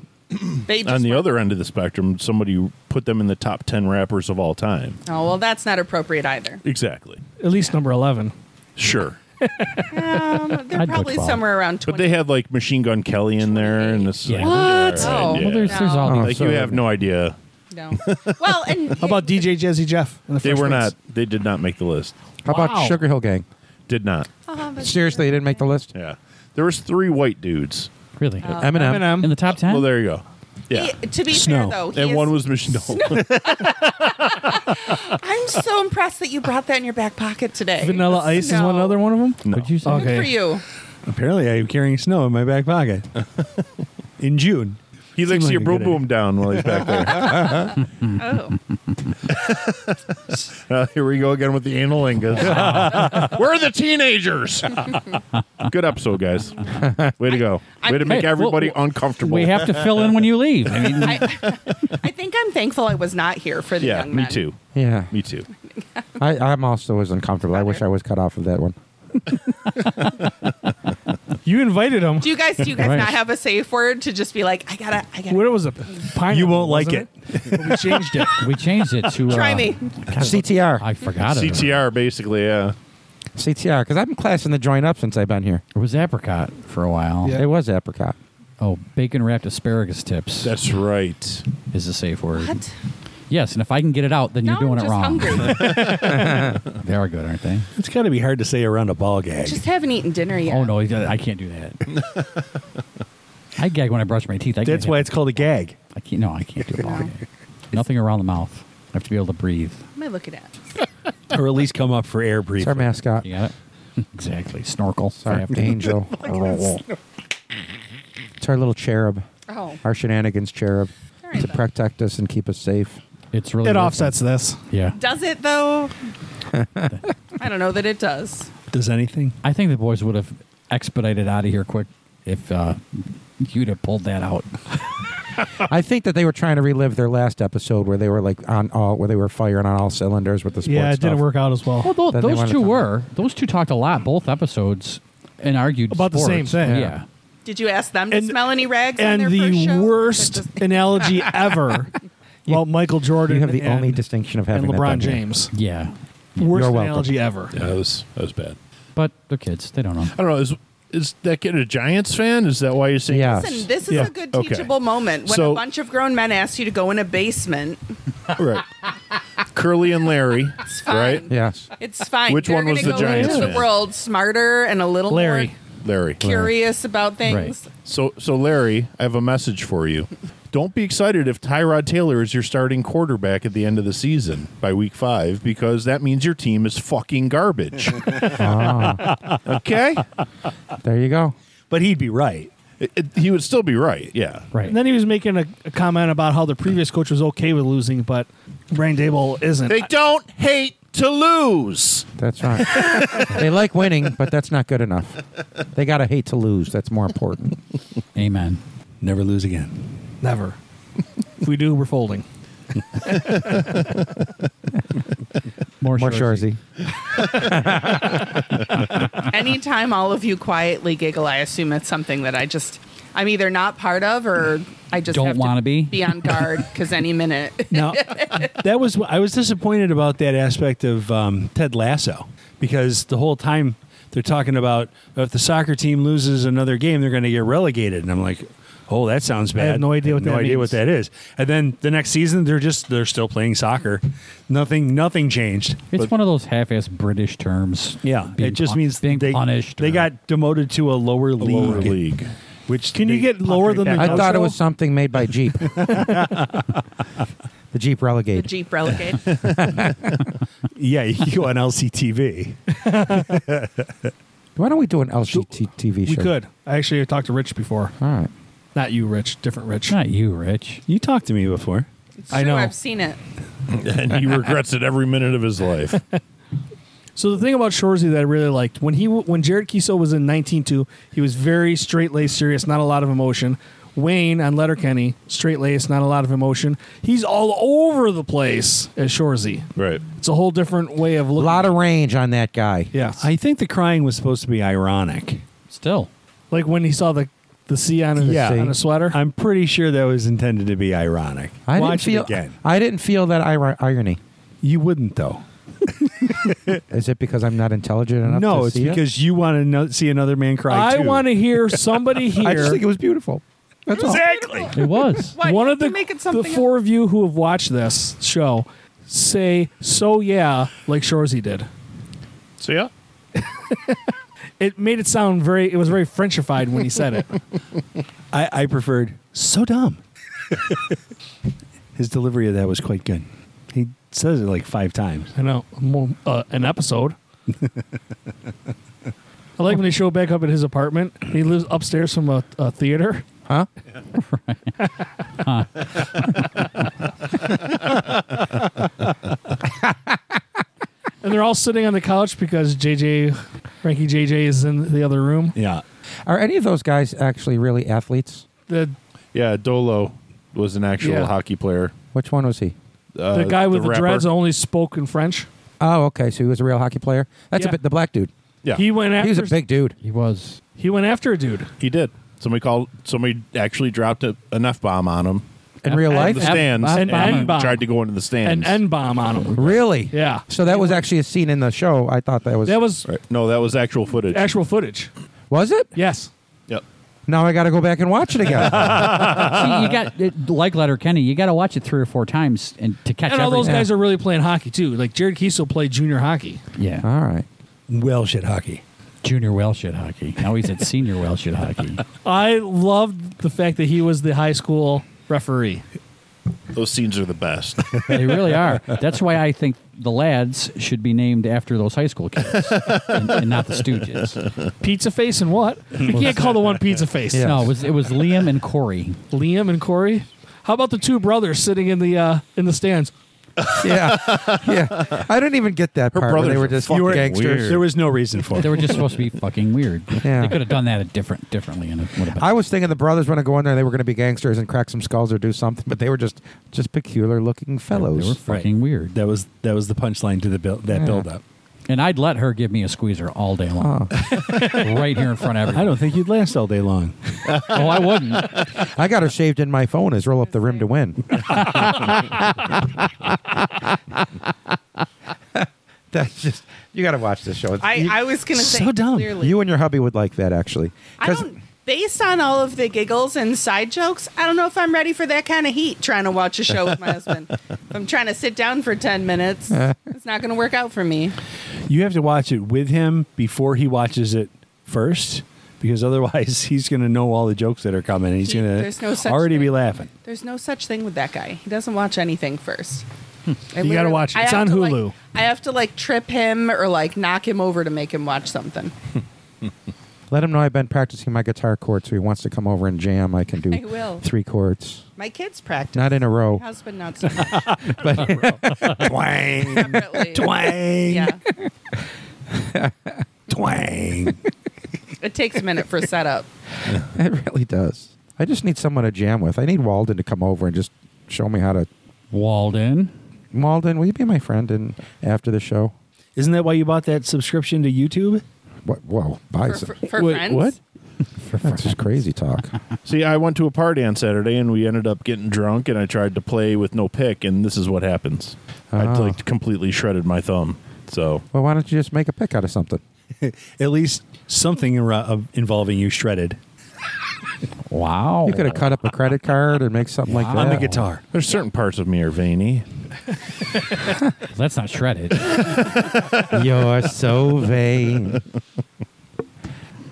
They just on the were- other end of the spectrum somebody put them in the top 10 rappers of all time. Oh well, that's not appropriate either. Exactly. At least number eleven. Sure. Um, they're I'd go probably 12. somewhere around But twenty. they had like Machine Gun Kelly in there and this Yeah. like, What? all right, Oh. yeah. Well, there's, there's all No. these. like you have no idea. no. Well, and How about DJ Jazzy Jeff? And the They Fresh were Prince? not they did not make the list. How Wow. about Sugar Hill Gang? Did not. Oh, but- Seriously, they didn't make the list. Yeah. There was three white dudes. Really? Eminem. Mm-hmm. Eminem. In the top 10? Well, there you go. Yeah. He- to be fair Snow. though, he and is- one was Machine no. I'm so impressed that you brought that in your back pocket today. Vanilla Ice is one No. Oh, other one of them. Would you say? Good for you. Apparently, I am carrying snow in my back pocket in June. He licks like your a boom good boom down while he's back there. Oh. Uh, here we go again with the analingus. We're the teenagers. Good episode, guys. Way to go. I- Way to make Hey, everybody well, well, uncomfortable. We have to fill in when you leave. I mean, I, I think I'm thankful I was not here for the yeah, young me men. too. Yeah. Me too. I, I'm also as uncomfortable. I wish I was cut off of that one. You invited him. Do you guys? Do you guys Right. not have a safe word to just be like, I gotta, I gotta What it was a pineapple? You won't like wasn't But we changed it. We changed it to. try uh, me? I CTR. forgot it. CTR, basically, yeah. CTR, because I've been classing the joint up since I've been here. It was apricot for a while. Yeah. It was apricot. Oh, bacon wrapped asparagus tips That's right. is the safe word. What? Yes, and if I can get it out, then No, you're doing I'm just it wrong. hungry. They are good, aren't they? It's got to be hard to say around a ball gag. just haven't eaten dinner yet. Oh no, I can't do that. I gag when I brush my teeth. I That's can't- why it's called a gag. I can't. No, I can't do a ball No. gag. Nothing around the mouth. I have to be able to breathe. Let me look it up. or at least come up for air It's brief. our mascot. You got it? exactly. Snorkel. if It's I our have to. angel. Oh, it's our little cherub. Oh, Our shenanigans cherub Sorry to about- protect us and keep us safe. It's really It worth offsets this. Yeah. does it though? I don't know that it does. Does anything? I think the boys would have expedited out of here quick if uh, you'd have pulled that out. I think that they were trying to relive their last episode where they were like on all where they were firing on all cylinders with the sports Yeah, it stuff. didn't work out as Well, well. tho- Then they those wanna two come were. Those two talked a lot, both episodes, and argued About the same sports. thing. Yeah. Did you ask them to And- smell any rags? on And their first the show? worst That does- analogy ever. Well, Michael Jordan. You have the and- only distinction of and having that LeBron done here. James. Yeah. Worst welcome. analogy ever. Yeah, that was that was bad. But they're kids. They don't know. I don't know. Is is that kid a Giants fan? Is that why you're saying? Yeah. Listen, this is Yeah. a good Okay. teachable moment when So- a bunch of grown men ask you to go in a basement. Right. Curly and Larry. fine. Right. Yes. It's fine. Which They're one was gonna the go Giants Into the fan? world smarter and a little Larry. more Larry. curious about things. So so Larry, I have a message for you. Don't be excited if Tyrod Taylor is your starting quarterback at the end of the season by week five, because that means your team is fucking garbage. Ah, Okay? there you go. But he'd be right. It- it- he would still be right. Yeah. Right. And then he was making a, a comment about how the previous coach was okay with losing, but Brian Dable isn't. They don't hate to lose. That's right. they like winning, but that's not good enough. They gotta hate to lose. That's more important. Amen. Never lose again. Never. if we do, we're folding. More Shorzy. Shorzy. Anytime all of you quietly giggle, I assume it's something that I just I'm either not part of or I just Don't have wanna be. be on guard because any minute. Now, that was I was disappointed about that aspect of um, Ted Lasso because the whole time they're talking about if the soccer team loses another game, they're going to get relegated, and I'm like. Oh, that sounds bad. have no idea what no that idea means. what that is. And then the next season, they're just they're still playing soccer. Nothing, nothing changed. It's But- one of those half-ass British terms. Yeah, Being it just pun- means being they, punished. They or- got demoted to a lower league. Lower league. Which Can you they get popped lower than back the I up. thought it Outro? was something made by Jeep. the Jeep the relegate. Jeep relegate. Yeah, you on LCTV. Why don't we do an LGT TV show? We could. I actually talked to Rich before. All right. Not you, Rich. Different Rich. Not you, Rich. You talked to me before. It's I true, know. I've seen it. And he regrets it every minute of his life. So the thing about Shorzy that I really liked when he when Jared Kiso was in 192, he was very straight laced, serious, not a lot of emotion. Wayne on Letterkenny, straight laced, not a lot of emotion. He's all over the place as Shorzy. Right. It's a whole different way of A looking. lot of range on that guy. yeah. I think the crying was supposed to be ironic. Still. like when he saw the the sea on his The sea. on his sweater. I'm pretty sure that was intended to be ironic. I didn't Watch feel. it again. I didn't feel that ir- irony. You wouldn't though. Is it because I'm not intelligent enough? No, to it's see it? because you want to no- see another man cry. I want to hear somebody I just here. think it was beautiful. That's all. exactly. It was. Why, one you of have to the, make it the something four of you who have watched this show say so yeah like Shorzy did. So, yeah. It made it sound very. It was very Frenchified when he said it. I, I preferred so dumb. His delivery of that was quite good. He says it like five times. I know more, uh, an episode. I like when they show back up at his apartment. He lives upstairs from a, a theater. Huh? And they're all sitting on the couch because JJ, Frankie JJ is in the other room. Yeah. Are any of those guys actually really athletes? The Yeah, Dolo was an actual Yeah. hockey player. Which one was he? Uh, the guy with the, rapper. dreads only spoke in French. Oh, okay. So he was a real hockey player. That's Yeah. a bit the black dude. Yeah. He went after He was a big dude. He was. He went after a dude. He did. Somebody called. Somebody actually dropped a, an f bomb on him in F- real in life. the stands, F- and bomb. he N-bomb. tried to go into the An stands. N bomb on him. really? Yeah. So that was actually a scene in the show. I thought that was. That was right. No, that was actual footage. actual footage. was it? Yes. Yep. Now I got to go back and watch it again. See, you got it, like Letter Kenny. You got to watch it three or four times and to catch. And all those everything. guys are really playing hockey too. Like Jared Kiesel played junior hockey. Yeah. All right. Welsh at hockey. Junior Welsh at hockey. Now he's at senior Welsh at hockey. I loved the fact that he was the high school referee. Those scenes are the best. They really are. That's why I think the lads should be named after those high school kids and, and not the Stooges. Pizza face and what? You can't call the one pizza face. Yeah. No, it was it was Liam and Corey. Liam and Corey. How about the two brothers sitting in the uh, in the stands? Yeah, yeah. I didn't even get that Her part. Where they brothers were are just fucking gangsters. Weird. There was no reason for it. They were just supposed to be fucking weird. Yeah. They could have done that a different differently, and it would have been. I was thinking the brothers were going to go in there. They were going to be gangsters and crack some skulls or do something, but they were just just peculiar looking they were fellows. fucking weird. That was that was the punchline to the build, that Yeah. build up. And I'd let her give me a squeezer all day long, Oh. right here in front of I everyone. don't think you'd last all day long. Oh, I wouldn't. I got her saved in my phone as roll up the rim to win. That's just you got to watch this show. I, you, I was going to say So dumb. clearly. you and your hubby would like that actually. I 'Cause- don't. Based on all of the giggles and side jokes, I don't know if I'm ready for that kind of heat trying to watch a show with my husband. If I'm trying to sit down for 10 minutes, it's not going to work out for me. You have to watch it with him before he watches it first, because otherwise he's going to know all the jokes that are coming. and He's He- going there's no to such already be thing. laughing. There's no such thing with that guy. He doesn't watch anything first. I You gotta literally- watch it. I It's have on to, Hulu. like- I have to like trip him or like knock him over to make him watch something. Let him know I've been practicing my guitar chords. So he wants to come over and jam. I can do I will. three chords, My kids practice. not in a row. My husband not so much. twang, separately. twang, Yeah. twang. It takes a minute for setup. It really does. I just need someone to jam with. I need Walden to come over and just show me how to. Walden. Walden, will you be my friend? And after the show, Isn't that why you bought that subscription to YouTube? what? Whoa, buy For, some. for, for Wait, friends. what? That's just crazy talk. See, I went to a party on Saturday and we ended up getting drunk and I tried to play with no pick and this is what happens. I Oh. Ah. like completely shredded my thumb. So well, why don't you just make a pick out of something? At least something ar- uh, involving you shredded Wow. Oh, You could have cut up a credit card and make something Ah. like that. on the guitar. there's certain parts of me are veiny. That's not shredded. You're so vain.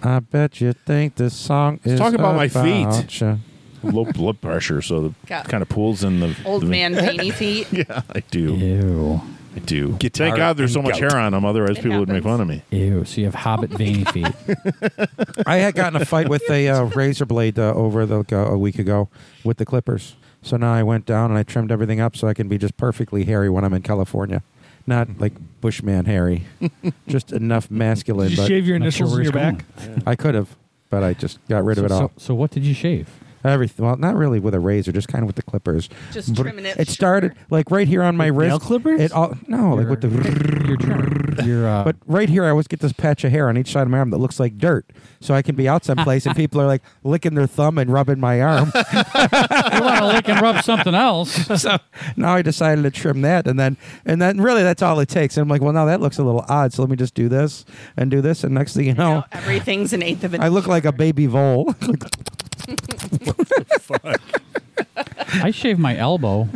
I bet you think this song is talk about my about feet. you. Low blood pressure, so the Got- kind of pools in the Old the- man veiny feet. Yeah, I do. Ew. I do. Guitar Thank God there's so and much gout. hair on them, otherwise It people would make happens. fun of me. Ew. So you have hobbit veiny feet. I had gotten a fight with a uh, razor blade uh, over the, like, uh, a week ago with the clippers. So now I went down and I trimmed everything up so I can be just perfectly hairy when I'm in California. Not like Bushman hairy, just enough masculine. Did you but shave your Not sure initials where in he's your back? going. I could have, but I just got rid of it so, all. So, so what did you shave? Everything. Well, not really with a razor, just kind of with the clippers. Just But trimming it It started like right here on my With wrist. nail clippers? It all no, like with the. your trimmer. Your uh, But right here, I always get this patch of hair on each side of my arm that looks like dirt. So I can be out someplace and people are like licking their thumb and rubbing my arm. you want to lick and rub something else. so now I decided to trim that, and then and then really that's all it takes. And I'm like, well, now that looks a little odd, so let me just do this and do this, and next thing you know, Now everything's an eighth of an I look like a baby vole. I shave my elbow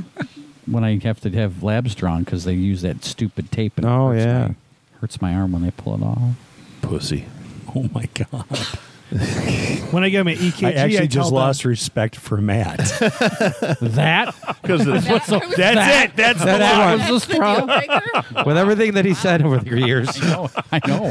when I have to have labs drawn because they use that stupid tape. And it Oh, hurts yeah. my, hurts my arm when they pull it off. Pussy. Oh my god! When I get my EKG, I actually tell just them- lost respect for Matt. That Because That's That's it. That's That's the one. was the deal straw. breaker? With everything that he said over the years, No, I know.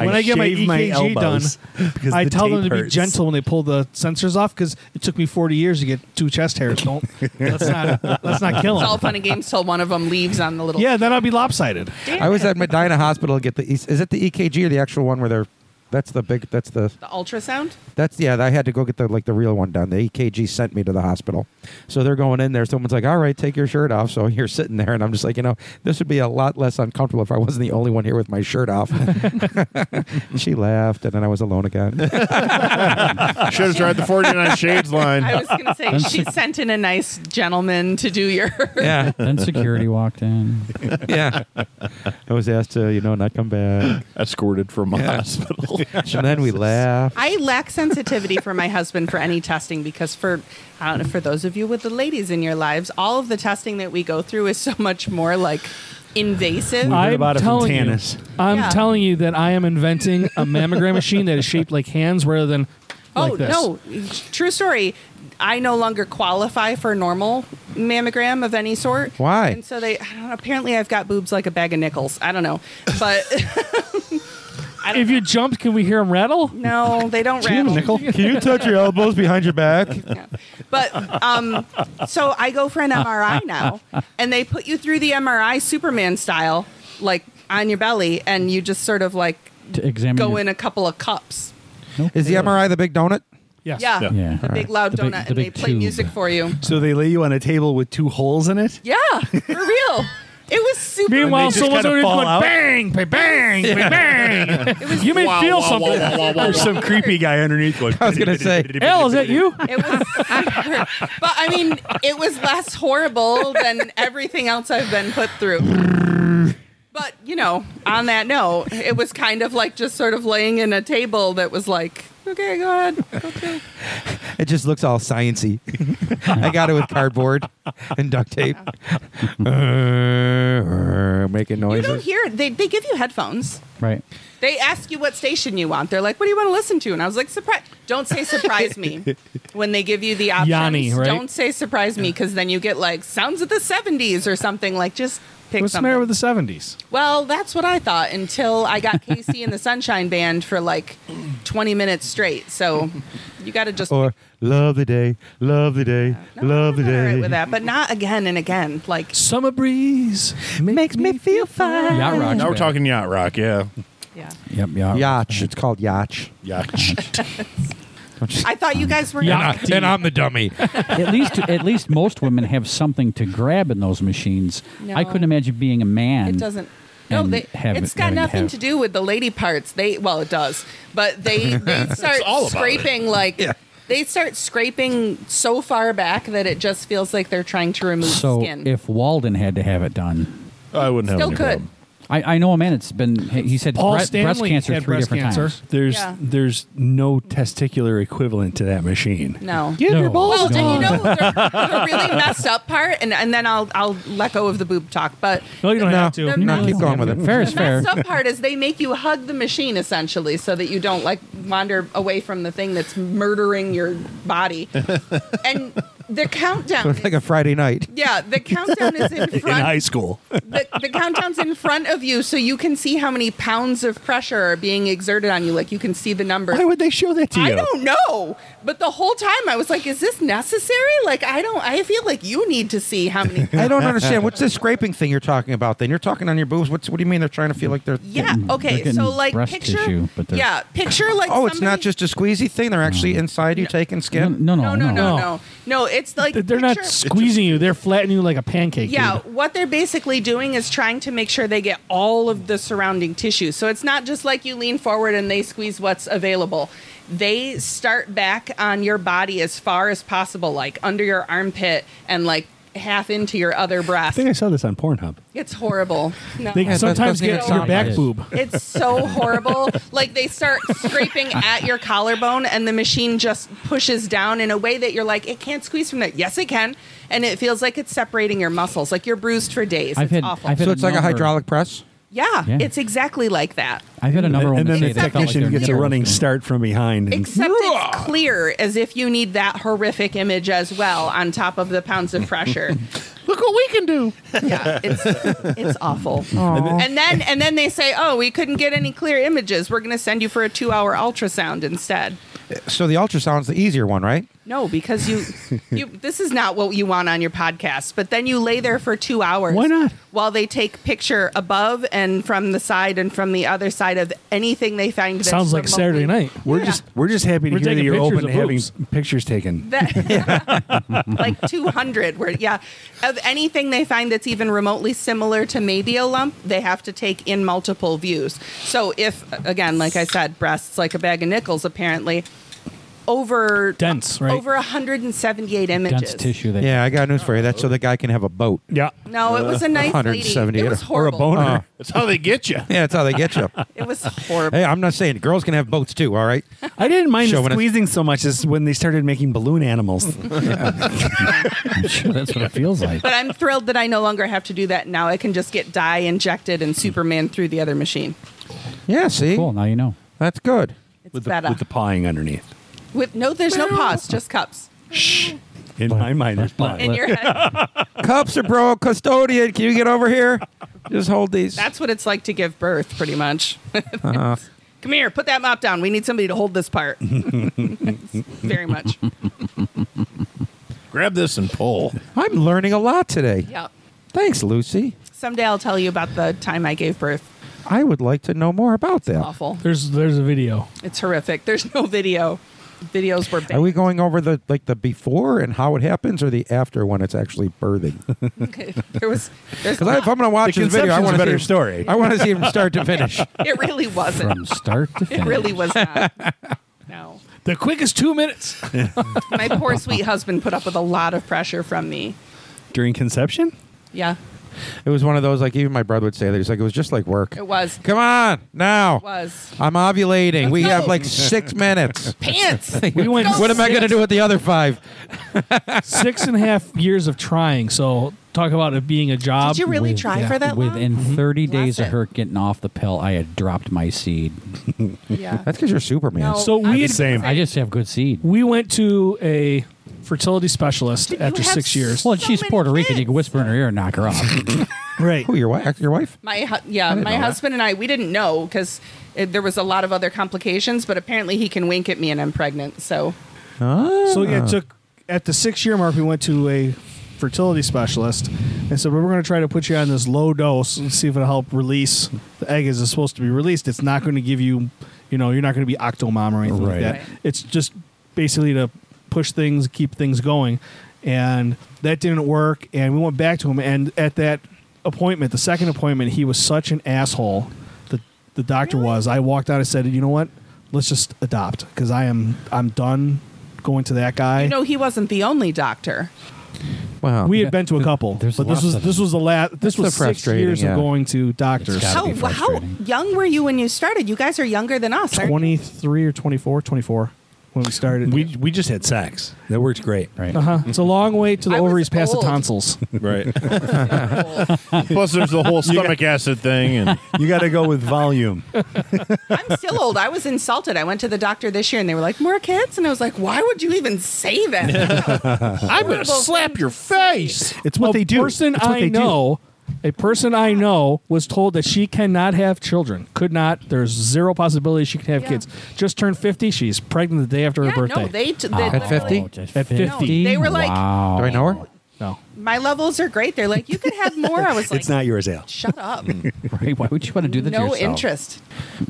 When I, get my shave my EKG elbows done, because I the tell them tape to be hurts. gentle when they pull the sensors off because it took me 40 years to get two chest hairs. Don't let's not let's not kill It's all them. fun and games till one of them leaves on the little. Yeah, then I'll be lopsided. E I was at Medina Hospital to get the. E- Is it the EKG or the actual one where they're That's the big. That's the. The ultrasound? That's yeah. I had to go get the like the real one done. The EKG sent me to the hospital, so they're going in there. Someone's like, "All right, take your shirt off." So you're sitting there, and I'm just like, you know, this would be a lot less uncomfortable if I wasn't the only one here with my shirt off. she laughed, and then I was alone again. Should have tried the 49 Shades I line. was going to say, she sent in a nice gentleman to do your. yeah, Then security walked in. yeah. I was asked to, you know, not come back, Escorted from a hospital. and then we laughed. I lack sensitivity for my husband for any testing because for I don't know for those of you with the ladies in your lives, all of the testing that we go through is so much more like invasive. heard I'm about it from telling Tannis. you, I'm Yeah. telling you that I am inventing a mammogram machine that is shaped like hands rather than oh like this. no, true story. I no longer qualify for normal mammogram of any sort. Why? And so they I don't know, apparently I've got boobs like a bag of nickels. I don't know, but I don't If you jumped, can we hear him rattle? no, they don't rattle. Can you touch your elbows behind your back? But um, so I go for an MRI now, and they put you through the MRI Superman style, like on your belly, and you just sort of like To examine. go your- in a couple of cups. Is the MRI the big donut? Yes. Yeah. Yeah. Yeah. The big loud The big- donut, the and they big play tube. music for you. So they lay you on a table with two holes in it. Yeah, for real. It was super. Meanwhile, And they just someone's kinda over there fall going out? bang, bang, bang, bang. you may feel something. There's some creepy guy underneath. Going, I was gonna say. Al, is that you? It was, but I mean, it was less horrible than everything else I've been put through. But you know, on that note, it was kind of like just sort of laying in a table that was like, okay, go ahead. Okay. It just looks all sciency. I got it with cardboard and duct tape. Uh, uh, making You don't noises. hear it. They they give you headphones. Right. They ask you what station you want. They're like, "What do you want to listen to?" And I was like, "Surprise! Don't say surprise me when they give you the options. Yanni, right? Don't say surprise me because then you get like sounds of the '70s or something. Like just pick What's the something." matter with the 70s? Well, that's what I thought until I got Casey and the Sunshine Band for like 20 minutes straight. So you got to just. Or love the day, love the day, No, love the I'm all right day. with that, but not again and again. Like Summer breeze Makes me feel fine. Yacht rock. Now we're talking yacht rock, yeah. yeah. Yep. Yacht. Yacht. It's called yacht. Yacht. I thought you guys were Yacht. And I'm the dummy. at least, at least most women have something to grab in those machines. I No. couldn't imagine being a man. It doesn't. No, and they, have it's it- got having to nothing have- to do with the lady parts. They well, it does, but they they start all about scraping like they start scraping so far back that it just feels like they're trying to remove So skin. if Walden had to have it done, I wouldn't have Still any could. problem. I, I know a man. It's been he's had Paul bre- breast Stanley cancer had three breast different cancer. times. There's Yeah. there's no testicular equivalent to that machine. no. Give No. your balls Well, to and you God. know the, the really messed up part, and, and then I'll I'll let go of the boob talk. But No, you don't No, have to. They're no, not- keep going with it. Fair is the fair. messed up part is they make you hug the machine essentially, so that you don't like wander away from the thing that's murdering your body. and the countdown, It's like a Friday night. yeah, the countdown is in In high front. school, the, the countdown's in front of you, so you can see how many pounds of pressure are being exerted on you. Like you can see the number. why would they show that to you? I don't know. But the whole time I was like, is this necessary? Like, I don't, I feel like you need to see how many. I don't understand. What's this scraping thing you're talking about then? You're talking on your boobs. What's, what do you mean they're trying to feel like they're. Yeah. Okay. getting So, like, breast picture. tissue, but they're- yeah. Picture, like, Oh, it's not somebody- just a squeezy thing. They're actually inside you taking No, skin. no, no, No, no, no, No. no. No, it's like. They're not picture- squeezing you. They're flattening you like a pancake. Yeah, dude. what they're basically doing is trying to make sure they get all of the surrounding tissue. So it's not just like you lean forward and they squeeze what's available. They start back on your body as far as possible, like under your armpit and like half into your other I breast. think I saw this on Pornhub. It's horrible. No. They that's sometimes what it get your sounds back like. boob. It's so horrible. Like they start scraping at your collarbone, and the machine just pushes down in a way that you're like, it can't squeeze from there. Yes, it can, and it feels like it's separating your muscles. Like you're bruised for days. I've it's had- awful. I've had- So it's like a Number. hydraulic press? yeah, Yeah. it's exactly like that. I've had a number And, one. then that the say they felt like technician their gets a nipples running were- start from behind. And Except it's clear as if you need that horrific image as well on top of the pounds of pressure. Look what we can do. Yeah, it's it's awful. And then and then they say, "Oh, we couldn't get any clear images. We're going to send you for a 2-hour ultrasound instead." So the ultrasound's the easier one, right? No, because you, you this is not what you want on your podcast. But then you lay there for two hours. Why not? While they take picture above and from the side and from the other side of anything they find. that's Sounds like Saturday remotely- night. We're Yeah. just we're just happy to We're hear that taking you're pictures open to of having boobs. pictures taken. That, like 200 where yeah of anything they find that's even remotely similar to maybe a lump they have to take in multiple views so if again like i said breasts like a bag of nickels apparently over Dense, right? over 178 images Dense tissue that Yeah, I got news for you. That's so the guy can have a boat. Yeah. no it was a nice lady 178 it was Or a horrible boner. That's how they get you. Yeah, that's how they get you. it was horrible hey, I'm not saying girls can have boats too. All right. I didn't mind the Chauvinist. squeezing so much as when they started making balloon animals. I'm sure that's what it feels like. but i'm thrilled that i no longer have to do that now i can just get dye injected and superman through the other machine Yeah. See, Cool. Now you know. that's good. it's with, the, better with the pawing underneath. With- no there's no pause just cups In my mind, there's pawing. in your head Cups are broke. Custodian, can you get over here? Just hold these. That's what it's like to give birth, pretty much. Come here, put that mop down. We need somebody to hold this part. Very much. Grab this and pull. I'm learning a lot today. Yeah. Thanks, Lucy. Someday I'll tell you about the time I gave birth. I would like to know more about that. Awful. There's there's a video. It's horrific. There's no video. Videos were banned. Are we going over the like the before and how it happens, or the after when it's actually birthing? Okay. There was. There's Because if I'm going to watch The this video, I conception's want to a better see him- story. I want to see him start to finish. It really wasn't. From start to It finish. really was not. No. The quickest two minutes. My poor sweet husband put up with a lot of pressure from me. During conception? Yeah. It was one of those like even my brother would say that he's like it was just like work. It was. Come on now. Was. I'm ovulating. we Let's have go. like six minutes. Pants. We went What am I going to do with the other five? six and a half years of trying. So talk about it being a job. Did you really try yeah, for that long? Mm-hmm. Within 30 Bless days of it. her getting off the pill, I had dropped my seed. Yeah. That's because you're Superman. No, So I we- was gonna Same. say- I just have good seed. we went to a fertility specialist after have six years. Well, So she's many Puerto Rican. You kids. can whisper in her ear and knock her off. right. Who your wife? Your wife? My hu- yeah, my husband and I we didn't know because there was a lot of other complications, but apparently he can wink at me and I'm pregnant. So So yeah, it took at the six year mark. We went to a fertility specialist and said, "Well, "We're going to try to put you on this low dose and see if it'll help release the egg as it's supposed to be released. It's not going to give you, you know, you're not going to be octomom or anything like Right. that. Right. It's just basically to push things, keep things going." And that didn't work. And we went back to him. And at that appointment, the second appointment, he was such an asshole. The the doctor was. I walked out. and said, "You know what? Let's just adopt because I am I'm done." Going to that guy. you know he wasn't the only doctor. Wow. We had been to a couple, There's but this lots was of this them. was the last. This That's was the six frustrating, years yeah. of going to doctors. It's gotta How That'd be how frustrating. young were you when you started? You guys are younger than us. aren't you? Twenty three or 24, 24 when we started. We, we just had sex. That worked great. Right. uh huh. It's a long way to the I was ovaries past the old. tonsils. Right. Oh, Plus, there's the whole stomach acid thing, and You got to go with volume. I'm still old. I was insulted. I went to the doctor this year and they were like, "More kids?" And I was like, "Why would you even say that?" I'm gonna slap your face. It's what a they do. person It's what I they do. know, a person I know was told that she cannot have children. Could not. There's zero possibility she could have Yeah. kids. Just turned fifty. She's pregnant the day after yeah, her birthday. no, they, t- they Oh, At 50? just At 50. No, they were like- wow. Do I know her? No. my levels are great. They're like, "You could have more." I was like, It's not yours, Ale. "Shut up." Right? Why would you want to do that to no yourself? interest.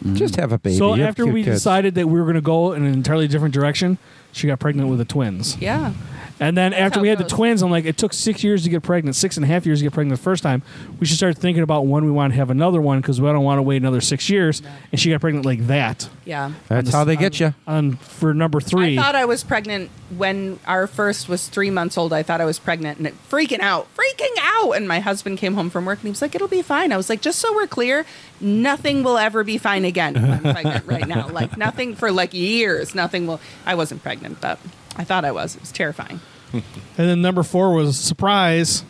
Mm. Just have a baby. So You have after cute we kids. decided that we were going to go in an entirely different direction, she got pregnant with the twins. Yeah. And then after how we it had goes. the twins, I'm like, it took six years to get pregnant, six and a half years to get pregnant the first time. We should start thinking about when we want to have another one because we don't want to wait another six years. And she got pregnant like that Yeah. that's how they get you. on for number three. I thought I was pregnant when our first was three months old. I thought I was pregnant and it, freaking out, freaking out. And my husband came home from work and he was like, "It'll be fine." I was like, "Just so we're clear, nothing will ever be fine again." If I'm pregnant right now, like nothing for like years. Nothing will. I wasn't pregnant, but I thought I was. It was terrifying. and then number four was surprise.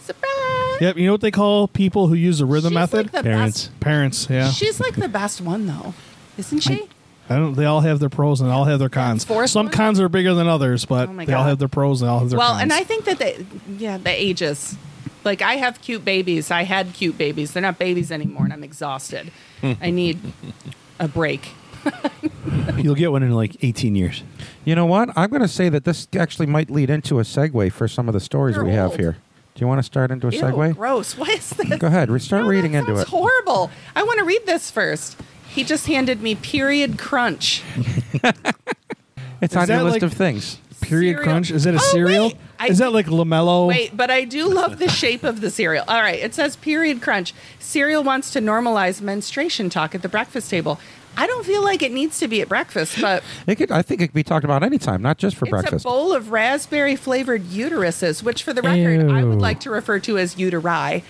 Surprise! Yep, you know what they call people who use the rhythm She's method? like the Parents. Parents, yeah. best. She's like the best one though, isn't she? I don't. They all have their pros and they all have their cons. fourth Some one? cons are bigger than others, but they Oh my all God. have their pros and they all have their well, cons. and I think that they, yeah, the ages. Like I have cute babies. I had cute babies. They're not babies anymore, and I'm exhausted. I need a break. You'll get one in like 18 years. You know what? I'm going to say that this actually might lead into a segue for some of the stories You're we have old. here. Do you want to start into a Ew, segue? gross. What is this? Go ahead. Re- Start No, that reading into sounds it. horrible. I want to read this first. He just handed me period crunch. It's Is on your that list like- of things. Period Cereal. crunch. Is that a Oh, cereal? wait. I- Is that like Lamello? Wait, but I do love the shape of the cereal. All right, it says period crunch. Cereal wants to normalize menstruation talk at the breakfast table. I don't feel like it needs to be at breakfast, but It could, I think it could be talked about anytime, not just for it's breakfast. a bowl of raspberry flavored uteruses, which for the record, I would Ew. like to refer to as uteri.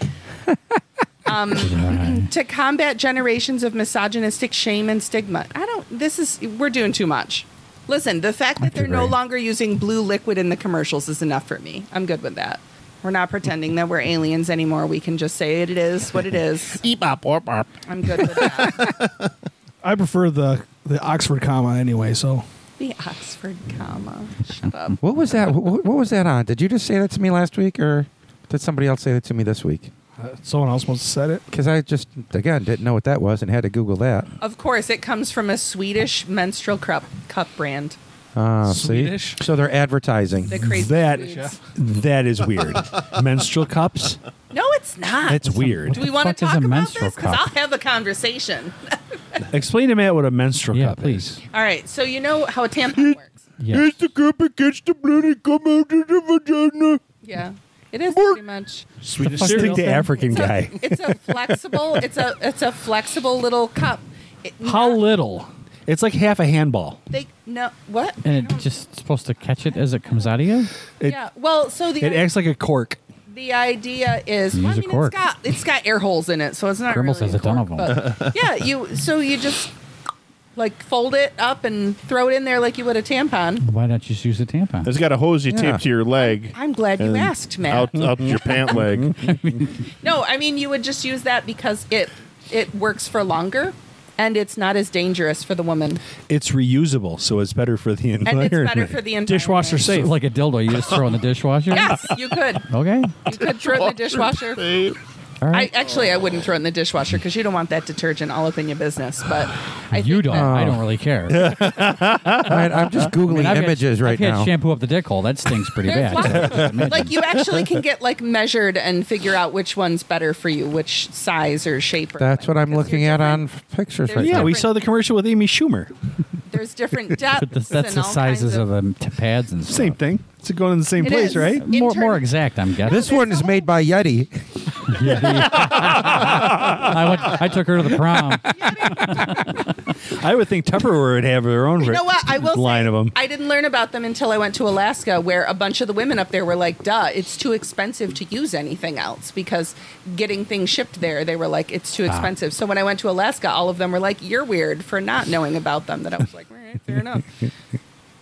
um, to combat generations of misogynistic shame and stigma. I don't, this is, we're doing too much. Listen, the fact that they're no agree. longer using blue liquid in the commercials is enough for me. I'm good with that. We're not pretending that we're aliens anymore. We can just say it is what it is. Eep, op, op, op. I'm good with that. I prefer the the Oxford comma anyway. So The Oxford comma. Shut up. What was that? What, what was that on? Did you just say that to me last week, or did somebody else say that to me this week? uh, someone else must have said it. Because I just again didn't know what that was and had to Google that. Of course, it comes from a Swedish menstrual cup, cup brand. Ah, Uh, see? Swedish? So they're advertising. The crazy That Swedes. that is weird. Menstrual cups. No, it's not. That's Do weird. we want to fuck is talk a about menstrual this? Because cup? I'll have a conversation. Explain to Matt what a menstrual Yeah, cup please. is. All right. So you know how a tampon works. Yes. the cup against the blood and come out of the vagina. Yeah. It is pretty much. Swedish fuck Stick cereal to thing? African It's a, guy. it's a flexible. It's a it's a flexible little cup. It, How not- little? It's like half a handball. They no what? And it just supposed to catch it as it comes out of you? it- yeah. Well, so the It acts like a cork. the idea is well, I Use a mean, cork. it's got it's got air holes in it, so it's not Grimble really says a a ton cork, of 'em. but- yeah, you so you just like fold it up and throw it in there like you would a tampon. Why not just use a tampon? It's got a hose you Yeah. tape to your leg. I'm glad you and asked, Matt. Out, up your pant leg. No, I mean you would just use that because it it works for longer and it's not as dangerous for the woman. It's reusable, so it's better for the And environment. it's better for the environment. Dishwasher safe. Like a dildo you just throw in the dishwasher? Yes, you could. Okay. You could throw it in the dishwasher. All I right. actually I wouldn't throw it in the dishwasher because you don't want that detergent all up in your business. But I you think don't. that- I don't really care. Right, I'm just googling I've had- images right I've had now. shampoo up the dick hole. That stings pretty They're bad. flexible. like you actually can get like measured and figure out which one's better for you, which size or shape. Or That's what I'm because looking you're at on different- f- pictures There's right yeah, now. we saw the commercial with Amy Schumer. There's different depths. But that's, that's and the all sizes kinds of um, t- pads and stuff. Same thing. It's going in the same It place, is. right? In More, turn- more exact, I'm guessing. This one is made by Yeti. I, went, I took her to the prom. I would think Tupperware would have their own You know what? I will line say, of them. I didn't learn about them until I went to Alaska, where a bunch of the women up there were like, "Duh, it's too expensive to use anything else because getting things shipped there, they were like, it's too Ah. expensive." So when I went to Alaska, all of them were like, "You're weird for not knowing about them." That I was like, "All right, fair enough."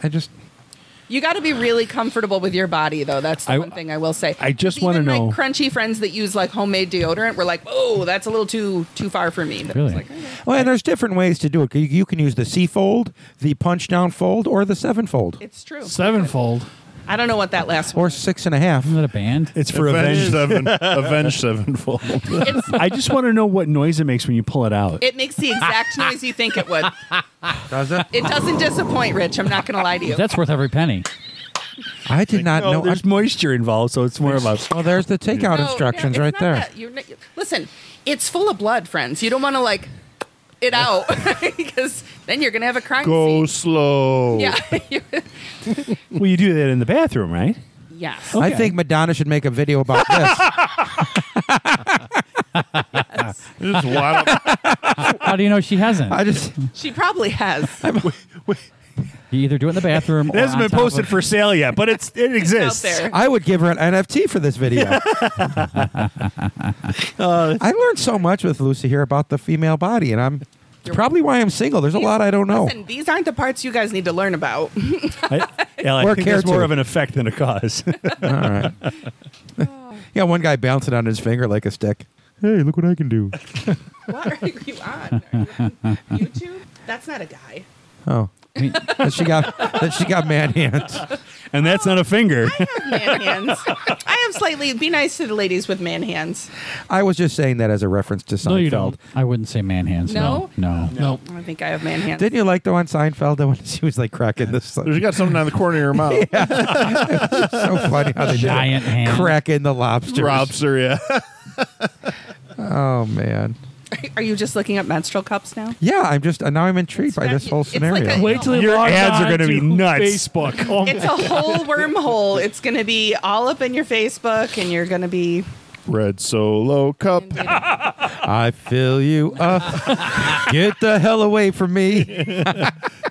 I just You got to be really comfortable with your body, though. That's the I- one thing I will say. I just Even wanna my know- crunchy friends that use like homemade deodorant were like, "Oh, that's a little too too far for me." But I was Really? like, "Okay." well, and there's different ways to do it. You, you can use the C fold, the punch down fold, or the seven fold, It's true. Sevenfold. I don't know what that last or one. six and a half. Isn't that a band? It's for Avenge seven. revenge. Avenge sevenfold. It's, I just want to know what noise it makes when you pull it out. it makes the exact noise you think it would. Does it? It doesn't disappoint, Rich. I'm not going to lie to you. That's worth every penny. I did not no, know. there's moisture involved, so it's more of a. well, there's the takeout No, instructions no, right it's there. not that. You're not- listen, it's full of blood, friends. You don't want to like it out because then you're going to have a crime Go scene. slow. Yeah. You- Well, you do that in the bathroom, right? yes. I think Madonna should make a video about this. Just wad up. How do you know she hasn't? I just She probably has. you either do it in the bathroom It or hasn't on been top posted of- for sale yet, but it's it out exists. there. I would give her an NFT for this video. Uh, I learned so much with Lucy here about the female body, and I'm it's probably why I'm single. There's a lot I don't know. Listen, these aren't the parts you guys need to learn about. I, yeah, I Or think there's care more to. of an effect than a cause. All right. yeah, one guy bouncing on his finger like a stick. Hey, look what I can do. what are you on? Are you on YouTube? That's not a guy. Oh. I mean, that she got that she got man hands. and that's Oh, not a finger. man hands. I have slightly. Be nice to the ladies with man hands. I was just saying that as a reference to Seinfeld. No, you don't. I wouldn't say man hands. No, no. No. I think I have man hands. Didn't you like the one Seinfeld the one she was like cracking this There's got something on the corner of your mouth. so funny how they Giant did it. hand. cracking the lobsters. Robster, yeah. Oh man. Are you just looking up menstrual cups now? Yeah, I'm just uh, now I'm intrigued by this whole It's like a- scenario. Wait till Your log ads are on gonna be to nuts. Facebook. Oh, It's a whole wormhole. It's going to be all up in your Facebook, and you're going to be. Red Solo Cup. I fill you up. Get the hell away from me.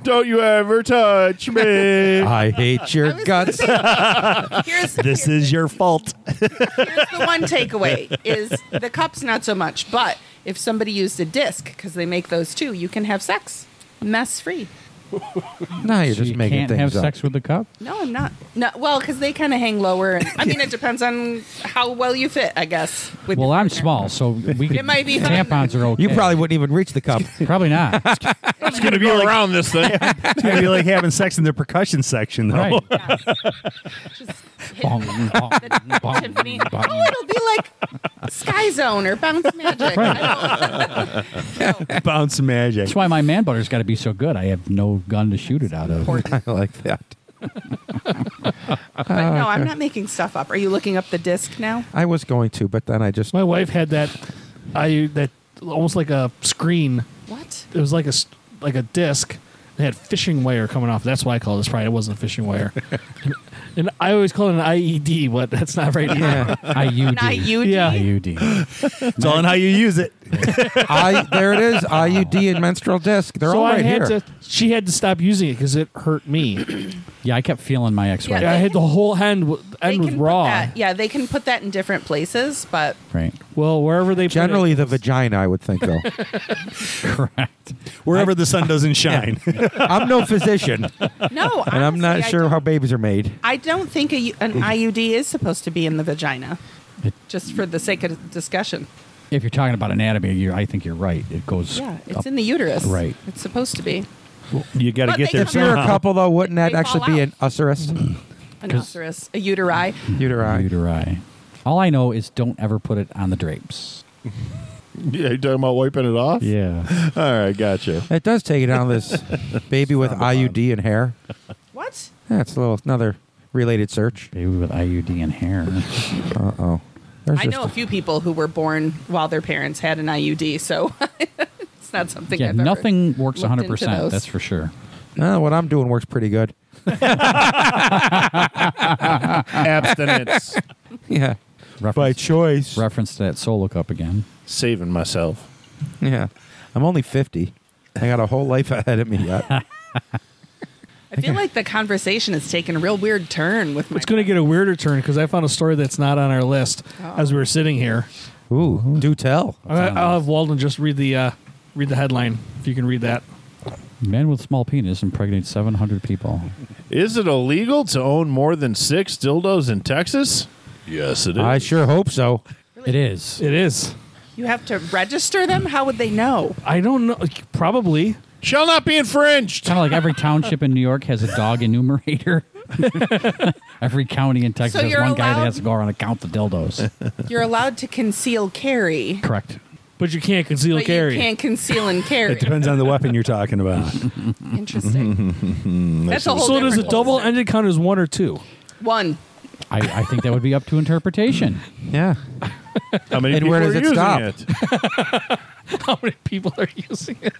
Don't you ever touch me. I hate your was guts. Here's this is your fault. here's the one takeaway: is the cups not so much, but if somebody used a disc because they make those too, you can have sex mess free. Now you're So just you making can't things have up. sex with the cup. No, I'm not. No, well, because they kind of hang lower. And, I mean, it depends on how well you fit, I guess. With Well, your I'm partner. small, so we could, might be fun. tampons are okay. you probably wouldn't even reach the cup. probably not. It's going to be around this thing. It's gonna be like having sex in the percussion section, though. right. Just hit Bong, bong, bong, symphony. bong. Oh, it'll be like Sky Zone or Bounce Magic. I don't- No. Bounce magic. That's why my man butter's got to be so good. I have no gun to shoot it out of. I like that. But no, I'm not making stuff up. Are you looking up the disc now? I was going to, but then I just My wife had that. I that almost like a screen. What? It was like a s- like a disc. They had fishing wire coming off. That's why I called this probably It wasn't fishing wire. and I always call it an IED, but that's not right either. IUD. Not you. Yeah. IUD. It's all in how you use it. I there it is. IUD and menstrual disc. They're so all I right had here. to. She had to stop using it because it hurt me. Yeah, I kept feeling my ex-wife. I had the whole hand w- They end was can put raw. that- yeah, they can put that in different places, but Right. Well, wherever they put it- Generally the vagina, I would think though. Correct. Wherever the sun doesn't shine. I'm no physician. no. And I'm not honestly, I sure don't- how babies are made. I don't think a, an IUD is supposed to be in the vagina, just for the sake of discussion. If you're talking about anatomy, you I think you're right. It goes. Yeah, it's up. in the uterus. Right. It's supposed to be you got to But get they there come If you're a somehow. couple though, wouldn't that They actually fall be out. an uterus? an 'Cause- uterus, a uteri. Uteri. Uteri. All I know is don't ever put it on the drapes. Yeah, you talking about wiping it off? Yeah. All right, gotcha. It does take it down this baby with IUD and hair. What? That's a little another related search. Baby with IUD and hair. Uh oh. There's I just know a few people who were born while their parents had an IUD, so it's not something. yeah, I've ever nothing works looked into 100. percent those. That's for sure. Uh, what I'm doing works pretty good. Abstinence. Yeah. Reference, By choice. reference to that solo cup again. Saving myself. Yeah. I'm only 50. I got a whole life ahead of me yet. I feel like the conversation has taken a real weird turn with my. It's going to get a weirder turn because I found a story that's not on our list Oh. as we were sitting here. Ooh, do tell. I, I'll have Walden just read the uh, read the headline if you can read that. Man with small penis impregnates 700 people. Is it illegal to own more than six dildos in Texas? Yes, it is. I sure hope so. It is. It is. you have to register them. How would they know? I don't know. Probably. Shall not be infringed. Kind of like every township in New York has a dog enumerator. every county in Texas So has you're one guy that allowed- has to go around and count the dildos. You're allowed to conceal carry, Correct. But you can't conceal but carry. you can't conceal and carry. It depends on the weapon you're talking about. Interesting. That's a whole. so does a different double ended count as one or two? One. I, I think that would be up to interpretation. Yeah. How many And people where does are it using stop? it? How many people are using it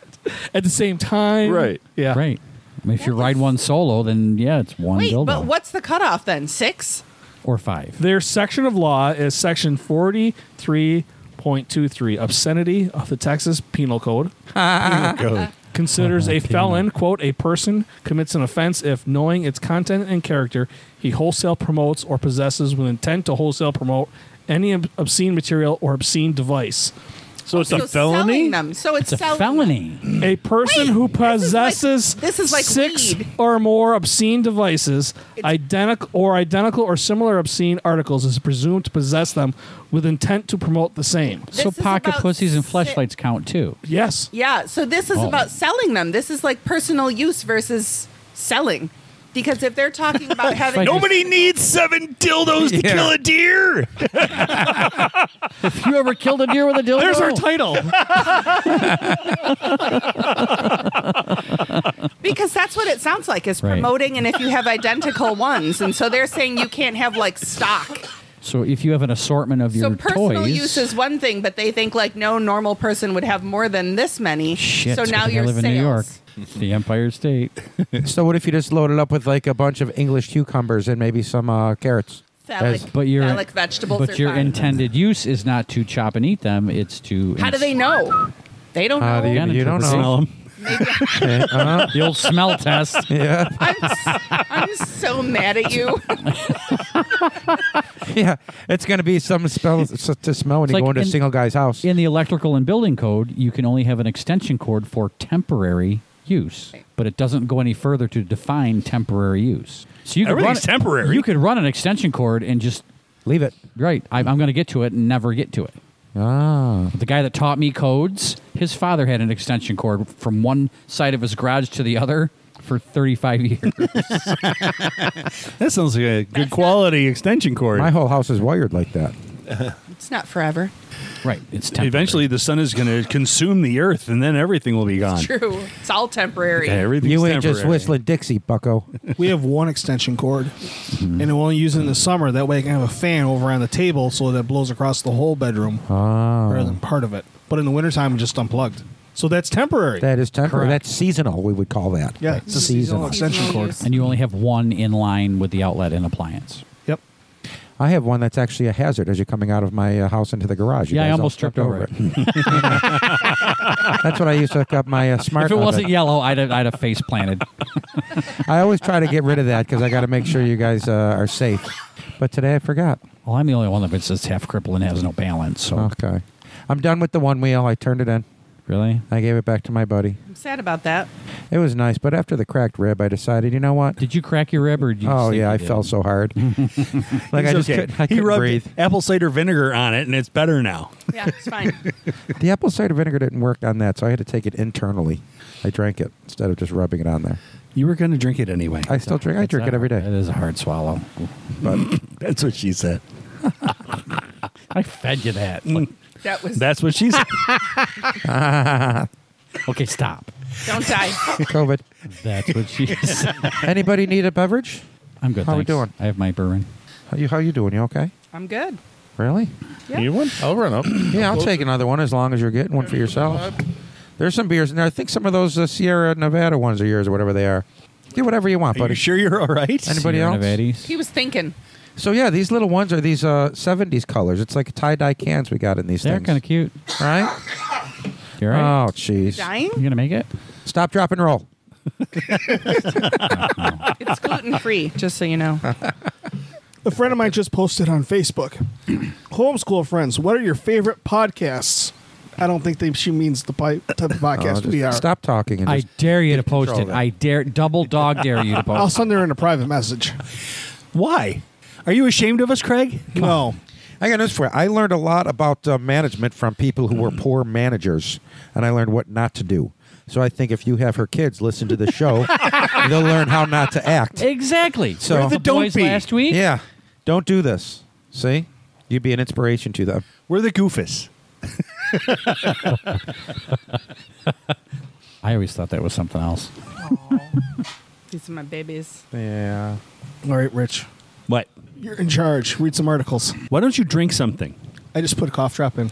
at the same time? Right. Yeah. Right. I mean, if you ride one solo, then yeah, it's one Wait, dildo but what's the cutoff then? Six? or five. Their section of law is section 43.23, obscenity of the Texas Penal Code. Go. considers a penal. felon, quote, a person commits an offense if knowing its content and character, he wholesale promotes or possesses with intent to wholesale promote any ob- obscene material or obscene device. So it's So a felony. selling them. So uh, it's, It's a selling felony. A person Wait, who this is like- possesses this is like six weed. or more obscene devices, identical or identical or similar obscene articles, is presumed to possess them with intent to promote the same. This so is pocket about pussies and si- fleshlights count too. Yes, Yeah, so this is Oh. about selling them. This is like personal use versus selling. Because if they're talking about having Like- Nobody needs seven dildos to kill a deer. If you ever killed a deer with a dildo, there's our title. because that's what it sounds like is Right. promoting and if you have identical ones. And so they're saying you can't have like stock. so if you have an assortment of So your personal toys, use is one thing, but they think like no normal person would have more than this many. shit. so now I you're live sales. in New York, the Empire State. So what if you just load it up with like a bunch of English cucumbers and maybe some uh, carrots? Phallic, As- But your phallic vegetables are But your fine. intended use is not to chop and eat them; it's to. How do they know? They don't How know. do you, Again, you don't know. Smell them. Uh-huh. The old smell test. Yeah, I'm, s- I'm so mad at you. yeah. It's gonna be some smell s- to smell when It's you go like into in- a single guy's house. In the electrical and building code, you can only have an extension cord for temporary use, but it doesn't go any further to define temporary use. So you could run, Everything's temporary. You could run an extension cord and just Leave it. right. I, I'm going to get to it and never get to it. Ah, The guy that taught me codes, his father had an extension cord from one side of his garage to the other for 35 years. That sounds like a good quality extension cord. my whole house is wired like that. It's not forever. right. It's temporary. Eventually, the sun is going to consume the earth, and then everything will be gone. True. It's all temporary. Yeah, everything's You ain't just temporary. whistling Dixie, Bucko. we have one extension cord, Mm-hmm. and we only use it in the summer. That way, I can have a fan over on the table so that it blows across the whole bedroom Oh. rather than part of it. But in the wintertime, it's just unplugged. So that's temporary. That is temporary. Correct. That's seasonal. We would call that. yeah, That's it's a seasonal extension Seasonal cord. use. And you only have one in line with the outlet and appliance. Yep. I have one that's actually a hazard as you're coming out of my uh, house into the garage. You Yeah, I guys all almost tripped over it. that's what I used to hook up my uh, smart. If it oven. wasn't yellow, I'd have, I'd have face planted. I always try to get rid of that because I got to make sure you guys uh, are safe. But today I forgot. Well, I'm the only one that's just half crippled and has no balance. So Okay. I'm done with the one wheel. I turned it in. really, I gave it back to my buddy. I'm sad about that. It was nice, but after the cracked rib, I decided, you know what? did you crack your rib or did you? just oh think yeah, you I did? fell so hard. like I It's just okay. couldn't, I he couldn't rubbed breathe. apple cider vinegar on it, and it's better now. Yeah, it's fine. The apple cider vinegar didn't work on that, so I had to take it internally. I drank it instead of just rubbing it on there. You were going to drink it anyway. I still drink. I That's drink it a- every That day. is a hard swallow. But That's what she said. I fed you that. That was That's what she said. okay, stop. don't die. COVID. That's what she said. Anybody need a beverage? I'm good. How we thanks. doing? I have my bourbon. How you, how you doing? You okay? I'm good. Really? Yeah. Need one? I'll run up. Yeah, I'll take another one as long as you're getting one for yourself. There's some beers in there. I think some of those uh, Sierra Nevada ones are yours or whatever they are. Get whatever you want, Are buddy. you sure you're all right? And- Anybody else? Nevatis. He was thinking. So yeah, these little ones are these uh, '70s colors. It's like tie dye cans we got in these They're things. kind of cute. right? You're right. Oh jeez. Dying? You gonna make it? Stop, drop, and roll. It's gluten free, just so you know. A friend of mine just posted on Facebook. Homeschool friends, what are your favorite podcasts? I don't think they, she means the pi- type of Oh, podcast just we are. Stop talking and I just dare you to post control it. of it. I dare double dog dare you to I'll post. it. send her in a private message. Why? Are you ashamed of us, Craig? No. I got news for you. I learned a lot about uh, management from people who were poor managers, and I learned what not to do. So I think if you have her kids listen to the show, they'll learn how not to act. Exactly. So- Where's the, The don't boys be. last week. Yeah, don't do this. See, you'd be an inspiration to them. We're the goofus. I always thought that was something else. These are my babies. Yeah. All right, Rich. What? You're in charge. Read some articles. Why don't you drink something? I just put a cough drop in.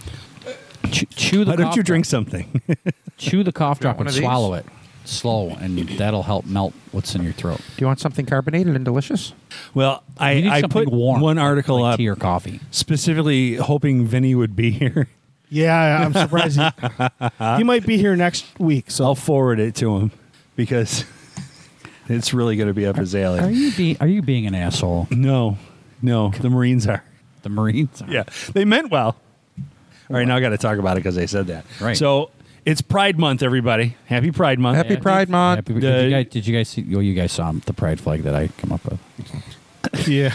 Chew, chew the. Why don't cough you drop. drink something? Chew the cough drop one and of these? swallow it slow, and that'll help melt what's in your throat. Do you want something carbonated and delicious? well, I, You need I something put warm, one article like up tea or coffee. specifically hoping Vinny would be here. Yeah, I'm surprised. he, he might be here next week. So I'll forward it to him because it's really going to be up his alley. Are you be, Are you being an asshole? No, no, the Marines are. The Marines. Are. Yeah, they meant well. All right, now I got to talk about it because I said that. Right. So it's Pride Month, everybody. Happy Pride Month. Happy Pride Month. Happy- did, The- you guys, did you guys see? Well, you guys saw the pride flag that I come up with. Yeah.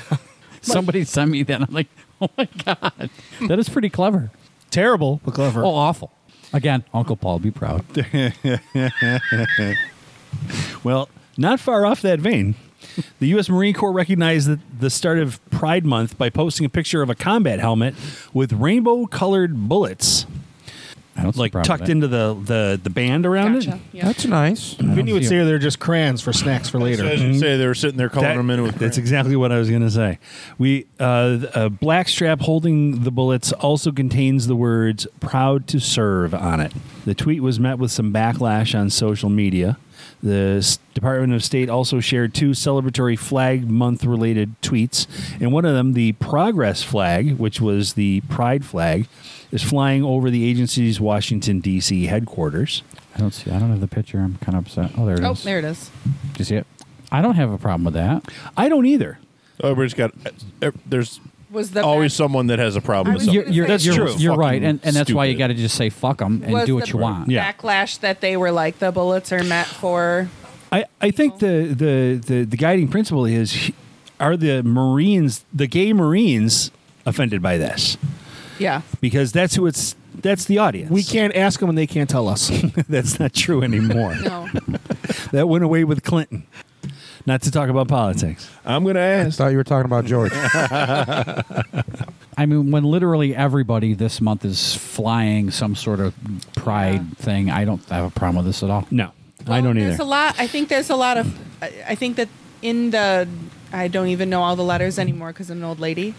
Somebody sent me that. and I'm like, oh my god, that is pretty clever. Terrible, but clever. Oh, awful. Again, Uncle Paul, be proud. Well, not far off that vein. The U.S. Marine Corps recognized the, the start of Pride Month by posting a picture of a combat helmet with rainbow colored bullets, I don't see a like problem with tucked that. into the, the, the band around Gotcha. it. Yeah. That's nice. Vinny would see say they're just crayons for snacks for So I later. should say they were sitting there calling That- them in with that's exactly what I was going to say. We uh, th- a black strap holding the bullets also contains the words "proud to serve" on it. The tweet was met with some backlash on social media. The S- Department of State also shared two celebratory flag month related tweets, and one of them, the progress flag, which was the pride flag, is flying over the agency's Washington D.C. headquarters. I don't see. I don't have the picture. I'm kind of upset. Oh, there it is. Oh, there it is. Do you see it? I don't have a problem with that. I don't either. Oh, Everybody's got. eh, There's Was the always back- someone that has a problem I with was something. gonna say- That's you're, true. You're right, Fucking and, and that's why you stupid. got to just say fuck them and was do the what you want. Yeah. Backlash that they were like the bullets are meant for. I, I think the, the, the, the guiding principle is are the Marines, the gay Marines, offended by this? Yeah. Because that's who it's, that's the audience. We can't ask them and they can't tell us. that's not true anymore. No. That went away with Clinton. Not to talk about politics. I'm gonna I ask. thought you were talking about George. I mean, when literally everybody this month is flying some sort of pride thing, I don't have a problem with this at all. No, I don't Well, There's either. a lot. I think there's a lot of. I I think that in the. I don't even know all the letters anymore because I'm an old lady.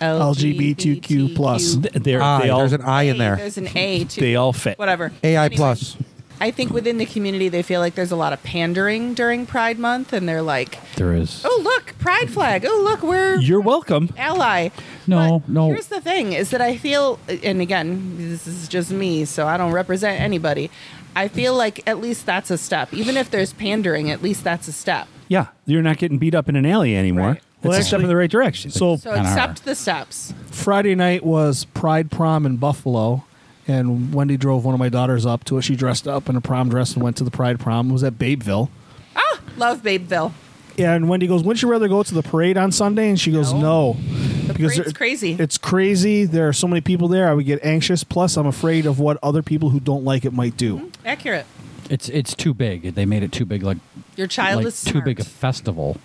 LGBTQ+. LGBTQ+. Th- they're- I, Ah, they all, there's an I in Hey, there. There's an A too. they all fit. Whatever. AI Anyway, plus. I think within the community, they feel like there's a lot of pandering during Pride Month, and they're like, There is. "Oh look, Pride flag. Oh look, we're You're welcome. ally." No, But no. Here's the thing: is that I feel, and again, this is just me, so I don't represent anybody. I feel like at least that's a step. Even if there's pandering, at least that's a step. Yeah, you're not getting beat up in an alley anymore. Right. Well, Well, that's a step actually- in the right direction. So So Kinda accept the steps. Friday night was Pride Prom in Buffalo, and Wendy drove one of my daughters up to it. She dressed up in a prom dress and went to the Pride Prom. It was at Babeville. Love Babeville. And Wendy goes, "Wouldn't you rather go to the parade on Sunday?" And she goes, "No, No. the parade's crazy." It's crazy. There are so many people there. I would get anxious. Plus, I'm afraid of what other people who don't like it might Mm-hmm. do. Accurate. It's it's too big. They made it too big, like Your child like is too smart. big a festival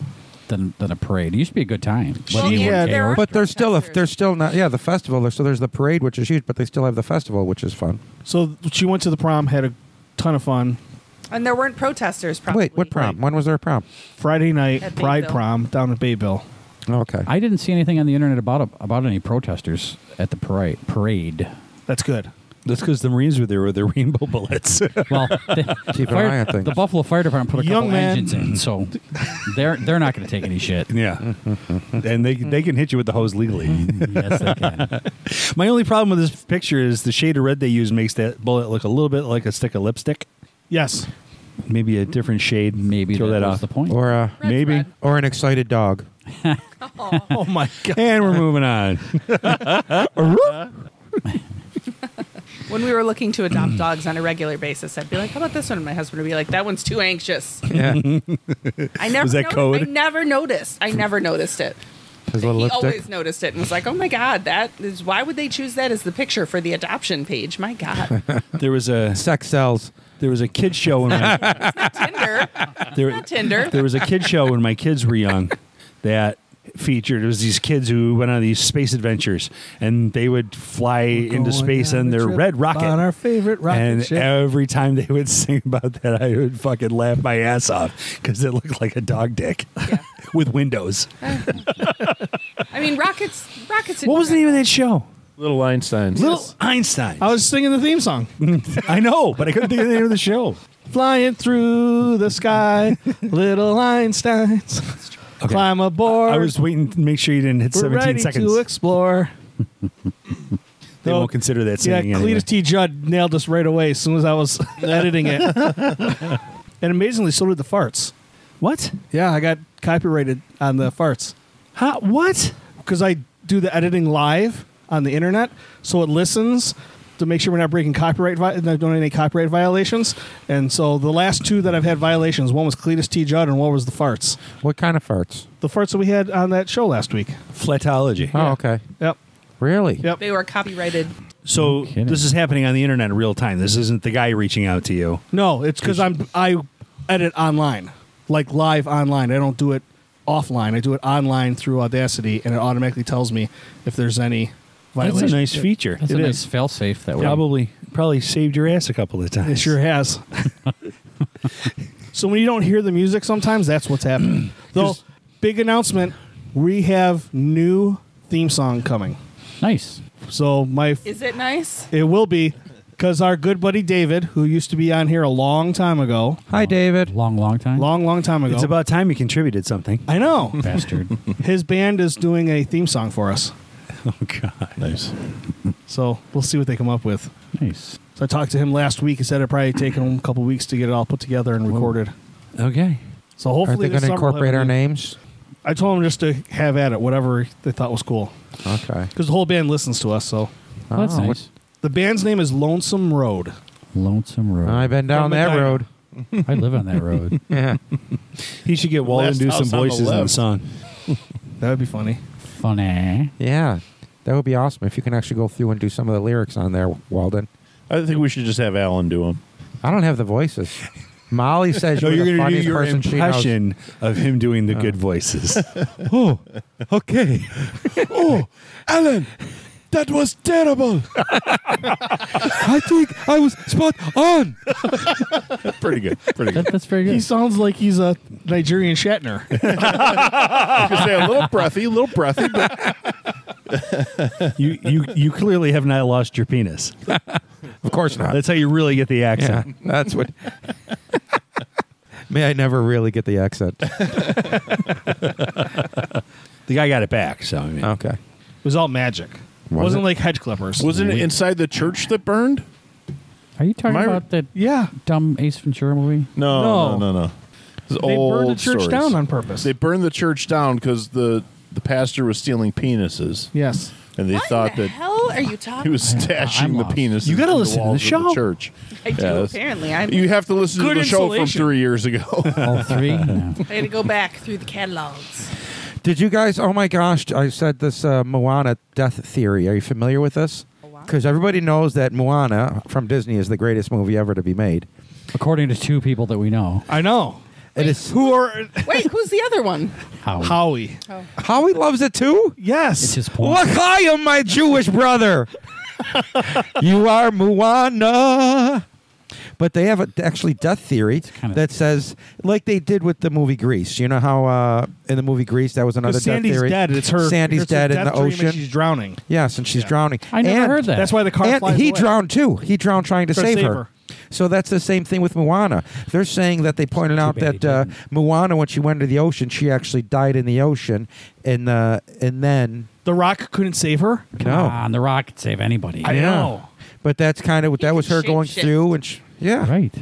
than than a parade. It used to be a good time. Well, whether you yeah, were gay there or are- But there's still a Testers. there's still not yeah the festival so there's the parade which is huge but they still have the festival which is fun. So she went to the prom, had a ton of fun. And there weren't protesters. Probably. Wait, what prom? When was there a prom? Friday night At Pride Babeville. Prom down at Bayville. Okay, I didn't see anything on the internet about about any protesters at the parade. Parade. That's good. that's because the Marines were there with their rainbow bullets. Well, the, keep an eye fire, on things. the Buffalo Fire Department put a Young couple man. engines in, so they're they're not going to take any shit. yeah. and they, they can hit you with the hose legally. Mm-hmm. yes, they can. My only problem with this picture is the shade of red they use makes that bullet look a little bit like a stick of lipstick. Yes. Maybe a different shade. Maybe throw that, that, was off. the point. or a Red's Maybe. red. or an excited dog. Oh my god. And we're moving on. When we were looking to adopt dogs on a regular basis, I'd be like, "How about this one?" And my husband would be like, "That one's too anxious." Yeah, I never Was that noti- code? I never noticed. I never noticed it. his little he lipstick. always noticed it and was like, "Oh my god, that is why would they choose that as the picture for the adoption page?" My god, There was a Sex sells. there was a kid show when my, Tinder, there, not Tinder. there was a kid show when my kids were young that featured it was these kids who went on these space adventures and they would fly into space on their red rocket. on our favorite rocket and ship. every time they would sing about that, I would fucking laugh my ass off because it looked like a dog dick with windows. I mean, rockets, rockets. in What was the name general. of that show? Little Einstein's. Little Einstein. I was singing the theme song. I know, but I couldn't think of the name of the show. Flying through the sky, little Einsteins. Climb aboard. I was waiting to make sure you didn't hit We're 17 ready seconds. to explore. they No. won't consider that yeah, singing Cletus anyway. T. Judd nailed us right away as soon as I was editing it. and amazingly, so did the farts. What? Yeah, I got copyrighted on the farts Huh? What? because I do the editing live. on the internet, so it listens to make sure we're not breaking copyright, vi- not doing any copyright violations. And so the last two that I've had violations, one was Cletus T. Judd, and one was the farts. uh, What kind of farts? The farts that we had on that show last week. Fletology. Oh, okay. Yep. Really? Yep. They were copyrighted. So kidding. this is happening on the internet in real time. This isn't the guy reaching out to you. No, it's because I'm I edit online, like live online. I don't do it offline. I do it online through Audacity, and it automatically tells me if there's any That's a violation. nice feature. That's It a is. nice fail safe that way. Probably probably saved your ass a couple of times. It sure has. so when you don't hear the music, sometimes that's what's happening. Though, big announcement: we have new theme song coming. Nice. So my Is it nice? it will be because our good buddy David, who used to be on here a long time ago, Hi, David. Long, long time. long long time ago. It's about time you contributed something. I know. bastard. His band is doing a theme song for us. Oh god. Nice. So we'll see what they come up with. nice. So I talked to him last week. He said it'd probably take him a couple weeks to get it all put together and recorded. Okay. So hopefully, Aren't they this going summer to we'll have incorporate a our new- names? I told him just to have at it, whatever they thought was cool, Okay. because the whole band listens to us. So Well, that's Oh, what- nice. the band's name is Lonesome Road. Lonesome Road. I've been From down that Medina. road. I live on that road. Yeah. He should get Walden last to do some house on the voices in the left. song. That would be funny. Funny. Yeah. That would be awesome if you can actually go through and do some of the lyrics on there, Walden. I think we should just have Alan do them. I don't have the voices. Molly says No, you're, the you're going to funniest do your person she knows. impression of him doing the good voices. Oh, okay. oh, Alan, that was terrible. I think I was spot on. Pretty good. Pretty good. That, that's very He good. sounds like he's a Nigerian Shatner. I was gonna say a little breathy, a little breathy, but you you you clearly have not lost your penis. Of course not. That's how you really get the yeah, accent. that's what. May I never really get the accent. The guy got it back, so I mean. Okay. it was all magic. Was Was not it? like hedge clippers. wasn't it inside the church that burned? Are you talking My- about that Yeah. dumb Ace Ventura movie? No, no, no, no. It's They burned the old church stories. down on purpose. They burned the church down because the the pastor was stealing penises, yes. and they what thought the that hell are you talking? he was I'm stashing the lost. penises. You gotta in listen to the walls of show. church. I do Yes. apparently. I'm, You have to listen Good to the show insulation. from three years ago. All three? No. I had to go back through the catalogs. Did you guys? Oh my gosh! I said this uh, Moana death theory. Are you familiar with this? Moana? Because everybody knows that Moana from Disney is the greatest movie ever to be made. According to two people that we know. I know. It is. Who are Wait, who's the other one? How? Howie? Howie loves it too. Yes. It's his point. L'chaim, my Jewish brother. you are Moana. But they have a, actually death theory kinda- that says, like they did with the movie Grease. You know how uh, in the movie Grease that was another Because Sandy's death theory. dead. It's her. Sandy's it's her dead in death the dream and ocean. She's drowning. yes, and she's drowning. I never And- heard that. That's why the car and flies he away. drowned too. He drowned trying to Trying to save, save her. her. So that's the same thing with Moana. They're saying that they pointed out bad he that uh, didn't. Moana, when she went into the ocean, she actually died in the ocean, and uh, and then The Rock couldn't save her. Come no, on, The Rock could save anybody. I know. But that's kind of what that was her can going shapeshift. through, and sh- yeah, Right.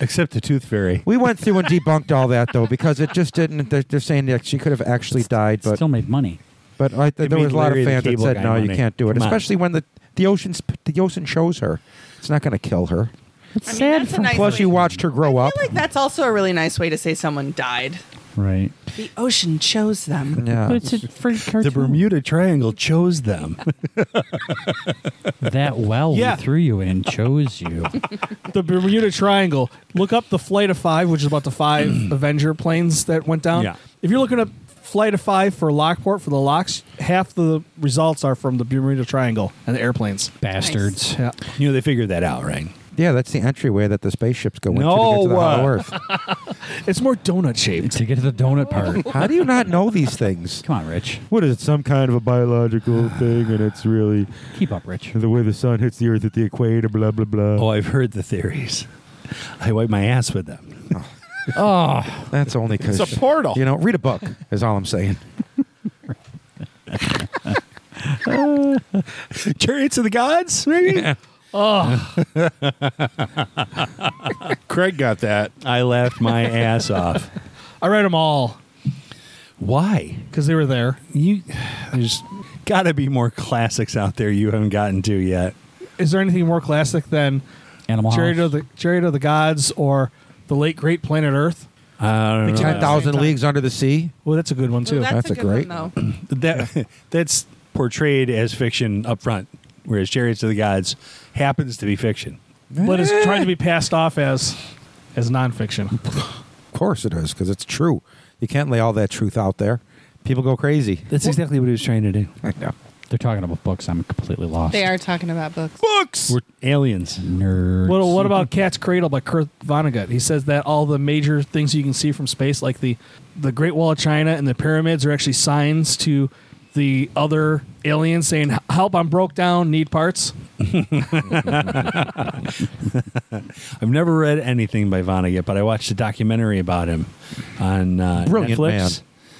Except the tooth fairy. we went through and debunked all that though because it just didn't. They're, they're saying that she could have actually died, but Still made money. but I, th- It there was made a lot Larry of the fans that Cable said Guy no, you money. can't do it, Come on. especially when the the ocean's the ocean shows her. It's not going to kill her. It's I mean, sad that's a for nice Plus, way- you watched her grow I up. feel like that's also a really nice way to say someone died. Right. The ocean chose them. But yeah, it's a free cartoon. The Uh. Bermuda Triangle chose them. That well Yeah. we threw you in chose you. The Bermuda Triangle. Look up the Flight of Five, which is about the five Avenger planes that went down. Yeah. If you're looking up Flight of Five for Lockport for the locks, half the results are from the Bermuda Triangle and the airplanes. Bastards. Yeah. you know, they figured that out, right? yeah, that's the entryway that the spaceships go into to No, get to the Hollow uh, Earth. It's more donut shaped. To get to the donut part. How do you not know these things? Come on, Rich. What is it? Some kind of a biological thing, and it's really Keep up, Rich. the way the sun hits the Earth at the equator. Blah blah blah. Oh, I've heard the theories. I wipe my ass with them. Oh, That's only because It's a portal. You know, read a book is all I'm saying. Chariots of the gods, maybe? Craig got that. I laughed my ass off. I read them all Why? because they were there. You there's got to be more classics out there you haven't gotten to yet. Is there anything more classic than Animal Chariot of House. the Chariot of the Gods or the late great Planet Earth? I don't know. Ten thousand leagues under the sea. Well, that's a good one too. Ooh, that's a great- one, though. That that's portrayed as fiction up front, whereas Chariots of the Gods happens to be fiction. but it's trying to be passed off as as nonfiction. Of course it is, because it's true. You can't lay all that truth out there. People go crazy. That's exactly what he was trying to do. I know. They're talking about books. I'm completely lost. They are talking about books. Books. We're aliens. nerds. Well, what about Cat's Cradle by Kurt Vonnegut? He says that all the major things you can see from space, like the the Great Wall of China and the pyramids, are actually signs to the other aliens saying, "Help! I'm broke down. Need parts." I've never read anything by Vonnegut, but I watched a documentary about him on uh, Brilliant Netflix. man.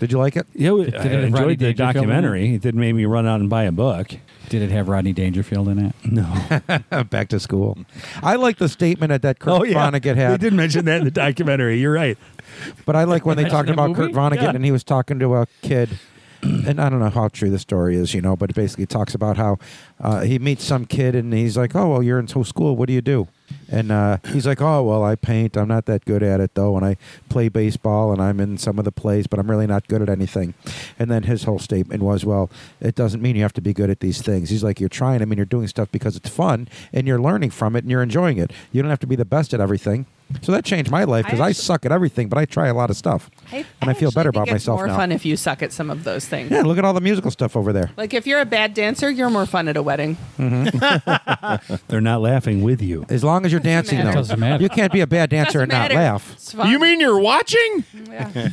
Did you like it? Yeah, Did I it have Rodney enjoyed the Dangerfield in it? documentary. It did make me run out and buy a book. Did it have Rodney Dangerfield in it? No. Back to school. Oh, I like the statement that, that Kurt Vonnegut Oh, They had, did mention that in the documentary. You're right. but I like when they talked that about movie? Kurt Vonnegut Yeah. and he was talking to a kid. And I don't know how true the story is, you know, but it basically talks about how uh, he meets some kid and he's like, "Oh, well, you're in school. What do you do?" And uh, he's like, "Oh, well, I paint. I'm not that good at it though, and I play baseball and I'm in some of the plays, but I'm really not good at anything." And then his whole statement was, "Well, it doesn't mean you have to be good at these things." He's like, "You're trying. I mean, you're doing stuff because it's fun and you're learning from it and you're enjoying it. You don't have to be the best at everything." So that changed my life because I, actu- suck at everything, but I try a lot of stuff, and I, feel actually better about think it's myself More now. fun if you suck at some of those things. Yeah, look at all the musical stuff over there. Like if you're a bad dancer, you're more fun at a wedding. They're not laughing with you. As long as you're dancing, matter. though, Doesn't matter. you can't be a bad dancer and not Matter. laugh. It's fun. You mean you're watching? Yeah.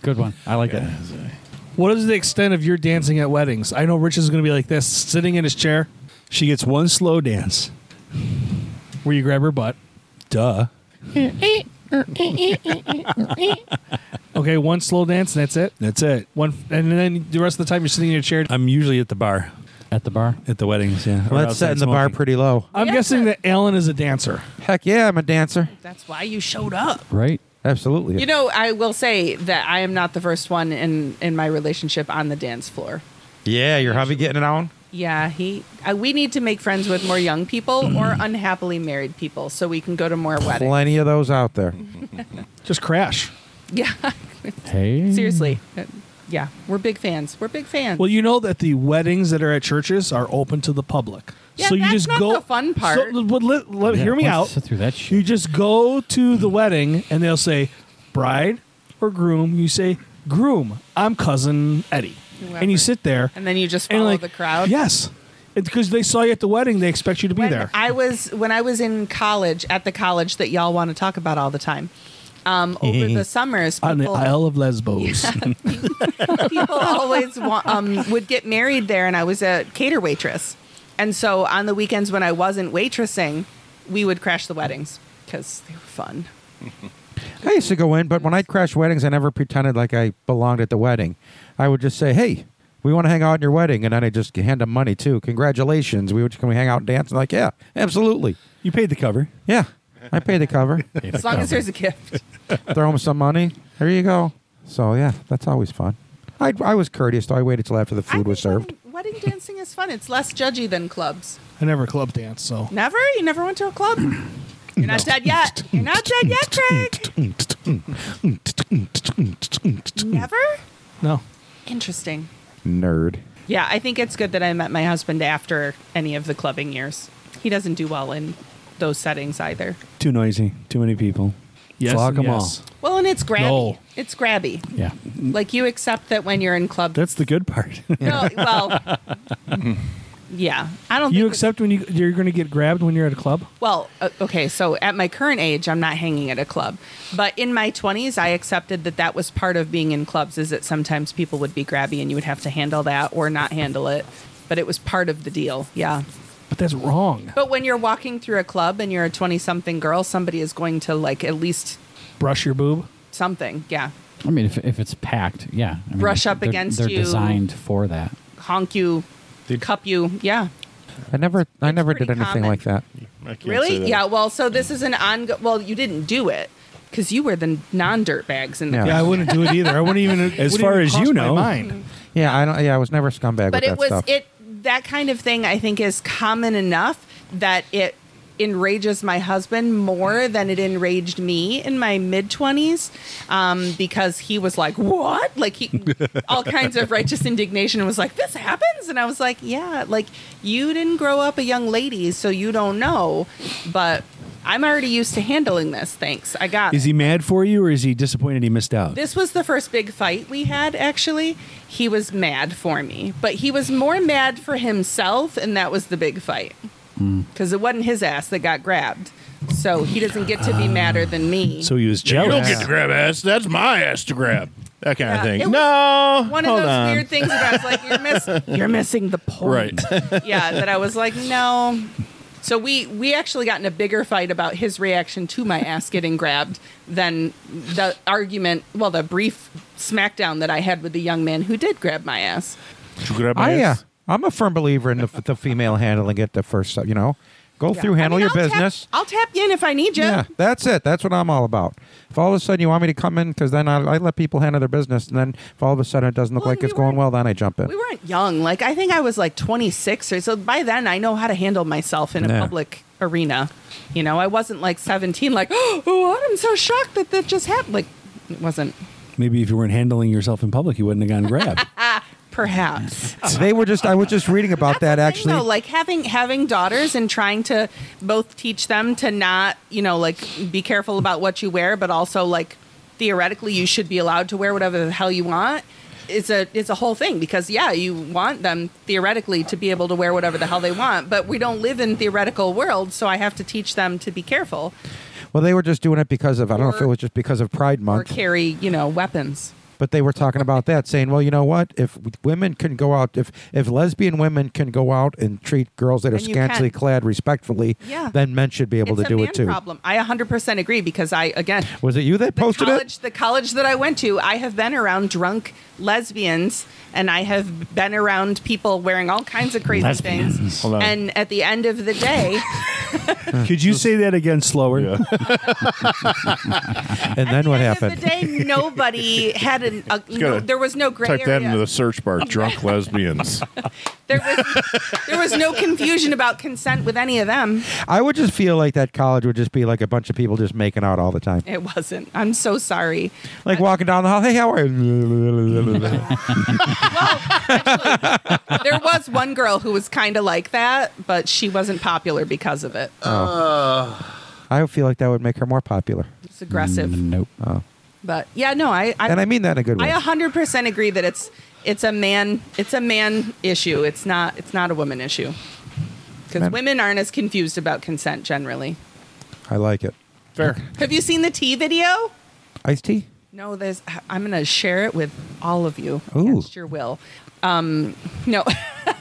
Good one. I like it. What is the extent of your dancing at weddings? I know Rich is going to be like this, sitting in his chair, She gets one slow dance. where you grab her butt. Duh. Okay, one slow dance, and that's it. That's it. One, and then the rest of the time you're sitting in your chair. I'm usually at the bar At the bar. at the weddings. Yeah. or Well, that's outside setting the bar smoking. pretty low. I'm Yeah. guessing that Alan is a dancer. Heck yeah, I'm a dancer. That's why you showed up. Right? Absolutely. You know, I will say that I am not the first one in in my relationship on the dance floor. yeah, your hubby getting it on? Yeah, he. Uh, we need to make friends with more young people Mm. or unhappily married people so we can go to more weddings. Plenty of those out there. Just crash. Yeah, Hey. seriously. Uh, Yeah, we're big fans. We're big fans. Well, you know that the weddings that are at churches are open to the public. Yeah, so you that's just not go. the fun part. So, but let, let- Yeah, hear me let's out. Sit through that You shit. just go to the wedding and they'll say bride or groom. You say groom. I'm cousin Eddie, and Whoever. you sit there and then you just follow like the crowd. Yes, because they saw you at the wedding, they expect you to be when there. I was when I was in college at the college that y'all want to talk about all the time. Um, over the summers, on the people- Isle of Lesbos. people always wa- um, would get married there, and I was a cater waitress. And so on the weekends when I wasn't waitressing, we would crash the weddings because they were fun. I used to go in, but when I'd crash weddings, I never pretended like I belonged at the wedding. I would just say, hey, we want to hang out at your wedding. And then I'd just hand them money too. Congratulations. We would, Can we hang out and dance? And like, yeah, absolutely. You paid the cover. Yeah, I paid the cover. As long as there's a gift. throw him some money. There you go. So yeah, that's always fun. I, I was courteous though. I waited till after the I food was think served. Wedding, wedding dancing is fun. It's less judgy than clubs. I never club dance, so Never? You never went to a club? You're not dead yet. You're not dead yet, Craig. Never? no. Interesting. Nerd. Yeah, I think it's good that I met my husband after any of the clubbing years. He doesn't do well in those settings either. Too noisy. Too many people. Yes, Flog and them yes. all. Well, and it's grabby. No. It's grabby. yeah. Like you accept that when you're in club. That's the good part. no, well, yeah. I don't. You think accept when you you're going to get grabbed when you're at a club. Well, uh, okay. So at my current age, I'm not hanging at a club, but in my 20s, I accepted that that was part of being in clubs. Is that sometimes people would be grabby and you would have to handle that or not handle it, but it was part of the deal. Yeah. But that's wrong. But when you're walking through a club and you're a 20 something girl, somebody is going to like at least Brush your boob. something. Yeah. I mean, if, if it's packed, yeah. I mean, Brush up they're- against They're you. designed for that. Honk you, cup you. Yeah. I never I never did pretty anything common. like that. I can't say Really? that. Yeah. Well, so this is an ongoing. Well, you didn't do it, because you were the non dirtbags in the Yeah. Yeah, I wouldn't do it either. I wouldn't even. As wouldn't far even as cross you my know. mind. Yeah, I don't. Yeah, I was never a scumbag. but with it that was stuff. it that kind of thing i think is common enough that it enrages my husband more than it enraged me in my mid-20s um, because he was like what like he all kinds of righteous indignation and was like this happens and i was like yeah like you didn't grow up a young lady so you don't know but i'm already used to handling this thanks i got Is it." he mad for you or is he disappointed he missed out? This was the first big fight we had, actually. He was mad for me, but he was more mad for himself, and that was the big fight. Hmm. Because it wasn't his ass that got grabbed. So he doesn't get to be madder than me. so he was Ah. You jealous. don't get to grab ass. That's my ass to grab. That kind Yeah, of it thing. was No, One of hold those on. weird things about it's like you're, miss- you're missing the point. Right. yeah, that I was like, no. So we we actually got in a bigger fight about his reaction to my ass getting grabbed than the argument, well, the brief smackdown that I had with the young man who did grab my ass. Did you grab my I, uh, ass? I'm a firm believer in the, the female handling it the first. You know, go Yeah. through, handle I mean, your I'll tap- business. I'll tap you in if I need you. Yeah, that's it. That's what I'm all about. If all of a sudden you want me to come in, because then I, I let people handle their business, and then if all of a sudden it doesn't look Well, like we it's going weren't- well, then I jump in. We weren't young. Like I think I was like 26 or so. By then, I know how to handle myself in a Yeah. public arena. You know, I wasn't like 17. Like, oh, I'm so shocked that that just happened. Like, it wasn't. Maybe if you weren't handling yourself in public, you wouldn't have gotten grabbed. Perhaps they were just. I was just reading about that That's the thing, actually. though, like having having daughters and trying to both teach them to not, you know, like be careful about what you wear, but also like theoretically you should be allowed to wear whatever the hell you want. It's a it's a whole thing because yeah, you want them theoretically to be able to wear whatever the hell they want, but we don't live in theoretical world, so I have to teach them to be careful well, they were just doing it because of. I don't know if Or- it was just because of Pride or Month. carry, you know, weapons. but they were talking about that, saying, "Well, you know what? If w- women can go out, if if lesbian women can go out and treat girls that are And you scantily can. clad respectfully, Yeah. then men should be able it's to do a man it too." problem. I 100% agree because I again Was it you that the posted college, it? The college that I went to, I have been around drunk lesbians, and I have been around people wearing all kinds of crazy things. Hold on. And at the end of the day, Could you say that again slower? And then what at the happened? end of the day, nobody had an. A, no, gotta there was no gray Type that into area. the search bar. Drunk lesbians. There was there was no confusion about consent with any of them. I would just feel like that college would just be like a bunch of people just making out all the time, It wasn't. I'm so sorry. like walking down the hall. Hey, how are you? There was one girl who was kind of like that, but she wasn't popular because of it. I feel like that would make her more popular, It's aggressive. Nope. But yeah, no, I, I and I mean that in a good way. I 100% agree that it's it's a man it's a man issue. It's not it's not a woman issue. Cuz Man. women aren't as confused about consent generally. I like it. Fair. Have you seen the tea video? Iced tea. No, there's I'm going to share it with all of you Ooh. against your will. Um no.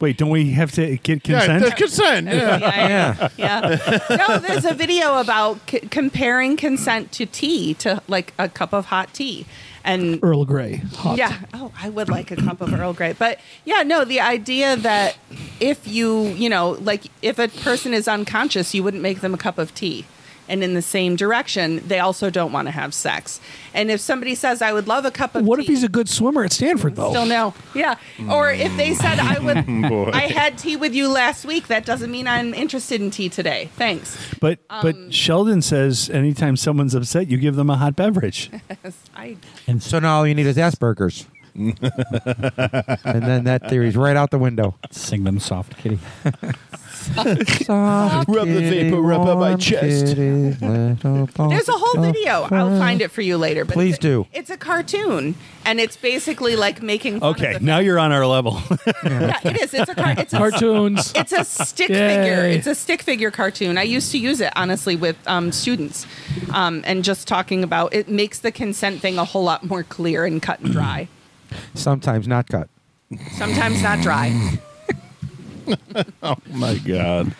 Wait, don't we have to get Yeah, consent? that's consent. Yeah. Yeah. yeah. No, there's a video about c- comparing consent to tea to like a cup of hot tea. And Earl Grey. Hot. Yeah. Oh, I would like a cup of Earl Grey. But yeah, no, the idea that if you, you know, like if a person is unconscious, you wouldn't make them a cup of tea. And in the same direction, they also don't want to have sex. And if somebody says, I would love a cup of What tea. if he's a good swimmer at Stanford though? Still no. Yeah. Or if they said, I would. Boy. I had tea with you last week. That doesn't mean I'm interested in tea today. Thanks. but um, but Sheldon says anytime someone's upset, you give them a hot beverage. I, And So now all you need is Asperger's. and then that theory's right out the window. sing them soft kitty. Rub the vapor up on my chest. There's There's a Oh, whole uh, video. I'll find it for you later. But Please it's a- do. It's a cartoon, and it's basically like making. Fun Okay, Of the now you're on our level. yeah, it is. It's a car- it's a Cartoons. It's a stick Yay. figure. It's a stick figure cartoon. I used to use it honestly with um, students, um, and just talking about it makes the consent thing a whole lot more clear and cut and dry. Sometimes not cut. Sometimes not dry. My God.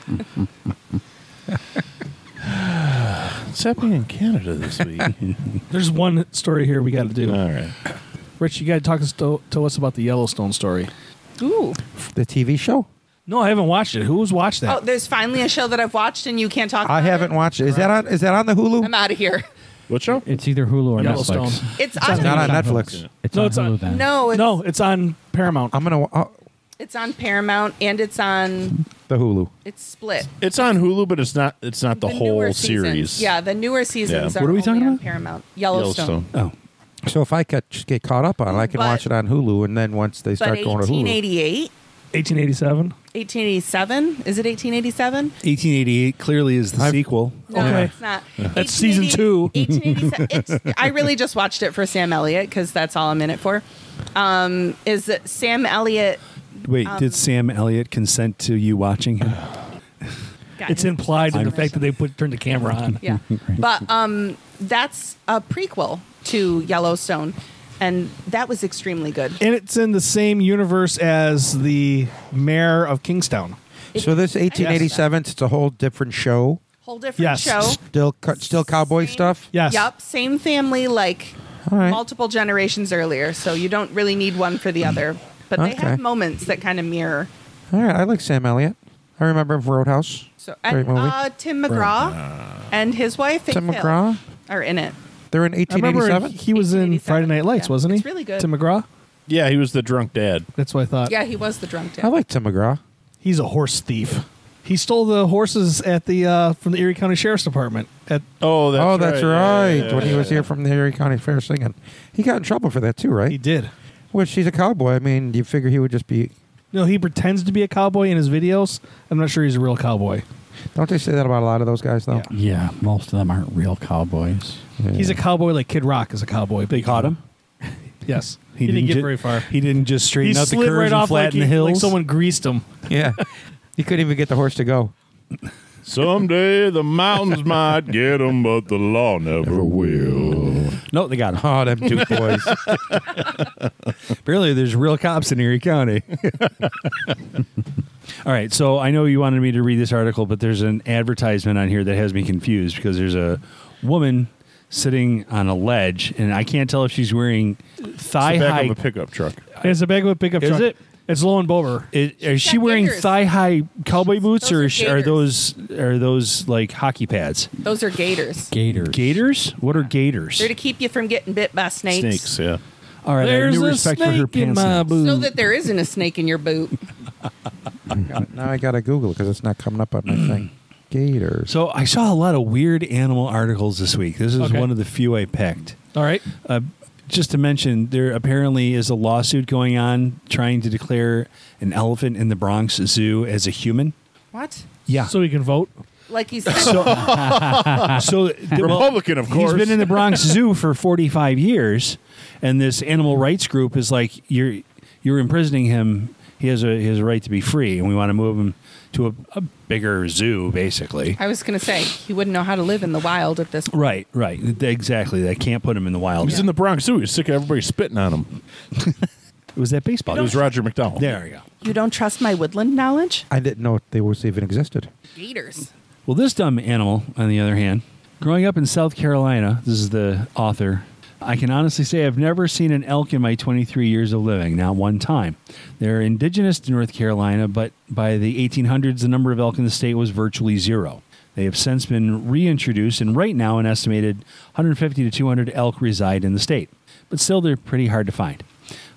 it's happening in Canada this week. There's one story here we got to do. All right. Rich, you got to talk us to, to us about the Yellowstone story. Ooh. The TV show? No, I haven't watched it. Who's watched Oh, that? there's finally a show that I've watched, and you can't talk. I about haven't watched it. Is that on is that on the I'm Hulu? out of here. What show? It's either Hulu or Yellowstone. Netflix. It's on. not on Netflix. It's No, on it's Hulu on- then. No, it's, No, it's on Paramount. I'm gonna wa- uh, it's on Paramount and it's on. the Hulu. It's split. It's on Hulu, but it's not. It's not the, newer whole seasons. series. Yeah, the newer seasons Yeah. are what What are are we only talking on about? Paramount. Yellowstone. Yellowstone. Oh, So if I catch, get caught up on it, I can But- watch it on Hulu, and then once they But start going to Hulu, 1888, 1887. 1887, is it 1887? 1888 clearly is the I've- sequel. No, Okay. it's not. Oh, That's season two. 1887. It's, I really just watched it for Sam Elliott because that's all I'm in it for. Um, is that Sam Elliott? Wait, did Sam Elliott consent to you watching him? got It's his- implied in the I'm- fact that they put turned the camera on. Yeah, but um, that's a prequel to Yellowstone, and that was extremely good. And it's in the same universe as the mayor of Kingstown. so this 1887, it's a whole different show. Whole different Yes. show. Still, co- still cowboy Same- stuff. Yes. Yep. Same family, like All right. multiple generations earlier. So you don't really need one for the other. But they Okay. have moments that kind of mirror. All right, I like Sam Elliott. I remember him from Roadhouse. So Great and movie. uh, Tim McGraw and his wife Faith Tim Hill, McGraw. are in it. They're in I remember 1887. he was in 1887, Friday Night Lights, yeah. wasn't he? It's really good. Tim McGraw. Yeah, he was the drunk dad. That's what I thought. Yeah, he was the drunk dad. I like Tim McGraw. He's a horse thief. He stole the horses at the uh, from the Erie County Sheriff's Department. At Oh, that's oh, that's right. Yeah, yeah, yeah, when he yeah, was yeah. here from the Erie County Fair singing, he got in trouble for that too, right? he did. Which he's a cowboy. I mean, you figure he would just be. No, he pretends to be a cowboy in his videos. I'm not sure he's a real cowboy. Don't they say that about a lot of those guys though? Yeah, Yeah. most of them aren't real cowboys. He's a cowboy like Kid Rock is a cowboy. They caught him. Yes, he, didn't, get ju- very far. He didn't just straighten he out the slid curves right and off like, flatten he- the hills. like someone greased him. Yeah, he couldn't even get the horse to go. Someday the mountains might get him, but the law never will. no, they got him. Oh, them two boys. Apparently, there's real cops in Erie County. All right, so I know you wanted me to read this article, but there's an advertisement on here that has me confused because there's a woman sitting on a ledge, and I can't tell if she's wearing thigh the back high. of a pickup truck. It's a big pickup Is truck. it? It's low and bover. Is- is she got wearing gaiters. thigh high cowboy boots, Those or are is- are gaiters. those are those like hockey pads? Those are gators. Gators. Gators? What are gators? They're to keep you from getting bit by snakes. Snakes, yeah. All right, I have There's new a respect snake for her in pants. my now. boot. So that there isn't a snake in your boot. now I gotta Google because it's not coming up on my thing. Gators. So I saw a lot of weird animal articles this week. This is Okay. one of the few I picked. All right. Uh, just to mention, there apparently is a lawsuit going on trying to declare an elephant in the Bronx Zoo as a human. What? Yeah. So he can vote. Like he's so Republican, of course. He's been in the Bronx Zoo for 45 years, and this animal rights group is like, you're you're imprisoning him. He has a he has a right to be free, and we want to move him to a, a bigger zoo, basically. I was gonna say he wouldn't know how to live in the wild at this point. Right, right, exactly. They can't put him in the wild. He's in the Bronx too. He's sick of everybody spitting on him. It was that baseball. It was Roger McDowell. There we go. You don't trust my woodland knowledge? I didn't know they was even existed. Gators. Well, this dumb animal, on the other hand, growing up in South Carolina, this is the author. I can honestly say I've never seen an elk in my 23 years of living, not one time. They're indigenous to North Carolina, Uh, but by the 1800s, the number of elk in the state was virtually zero. They have since been reintroduced, and right now, an estimated 150 to 200 elk reside in the state. But still, they're pretty hard to find.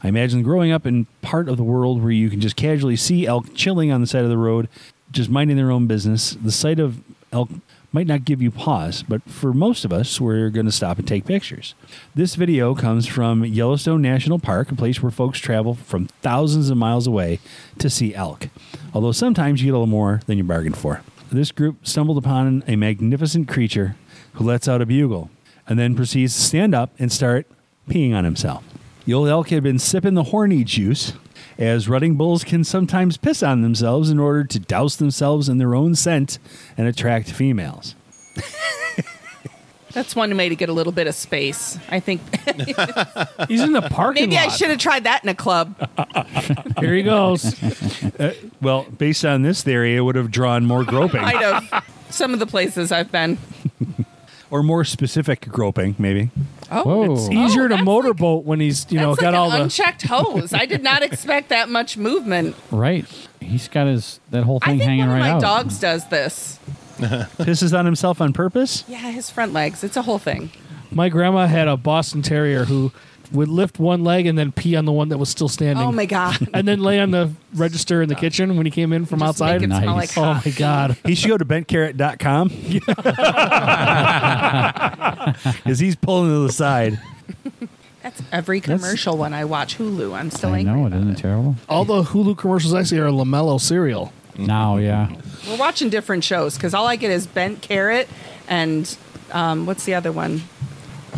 I imagine growing up in part of the world where you can just casually see elk chilling on the side of the road, just minding their own business, the sight of elk might not give you pause, but for most of us, we're going to stop and take pictures. This video comes from Yellowstone National Park, a place where folks travel from thousands of miles away to see elk, although sometimes you get a little more than you bargained for. This group stumbled upon a magnificent creature who lets out a bugle and then proceeds to stand up and start peeing on himself. The old elk had been sipping the horny juice, as rutting bulls can sometimes piss on themselves in order to douse themselves in their own scent and attract females. That's one way to get a little bit of space. I think He's in the parking maybe I lot. should have tried that in a club. Here he goes. Oh. Well, based on this theory, it would have drawn more groping, Might have. Some of the places I've been. or more specific groping, maybe. Oh, Whoa. it's- Easier oh, to that's motorboat when he's you know That's got like all an the. unchecked hose. I did not expect that much movement. Right. He's got his that whole I thing think hanging one of right my out. dogs does this. Pisses on himself on purpose. Yeah, his front legs. It's a whole thing. My grandma had a Boston Terrier who would lift one leg and then pee on the one that was still standing. Oh my god. And then lay on the register in the kitchen when he came in from Just outside. Make it smell Nice. like Oh hot. my god! He should go to bentcarrot.com because he's pulling to the side. That's every commercial when I watch Hulu. I'm still I angry. know it about isn't it it. terrible. All the Hulu commercials I see are Lamello cereal. Now, yeah, We're watching different shows because all I get is bent carrot and um, what's the other one?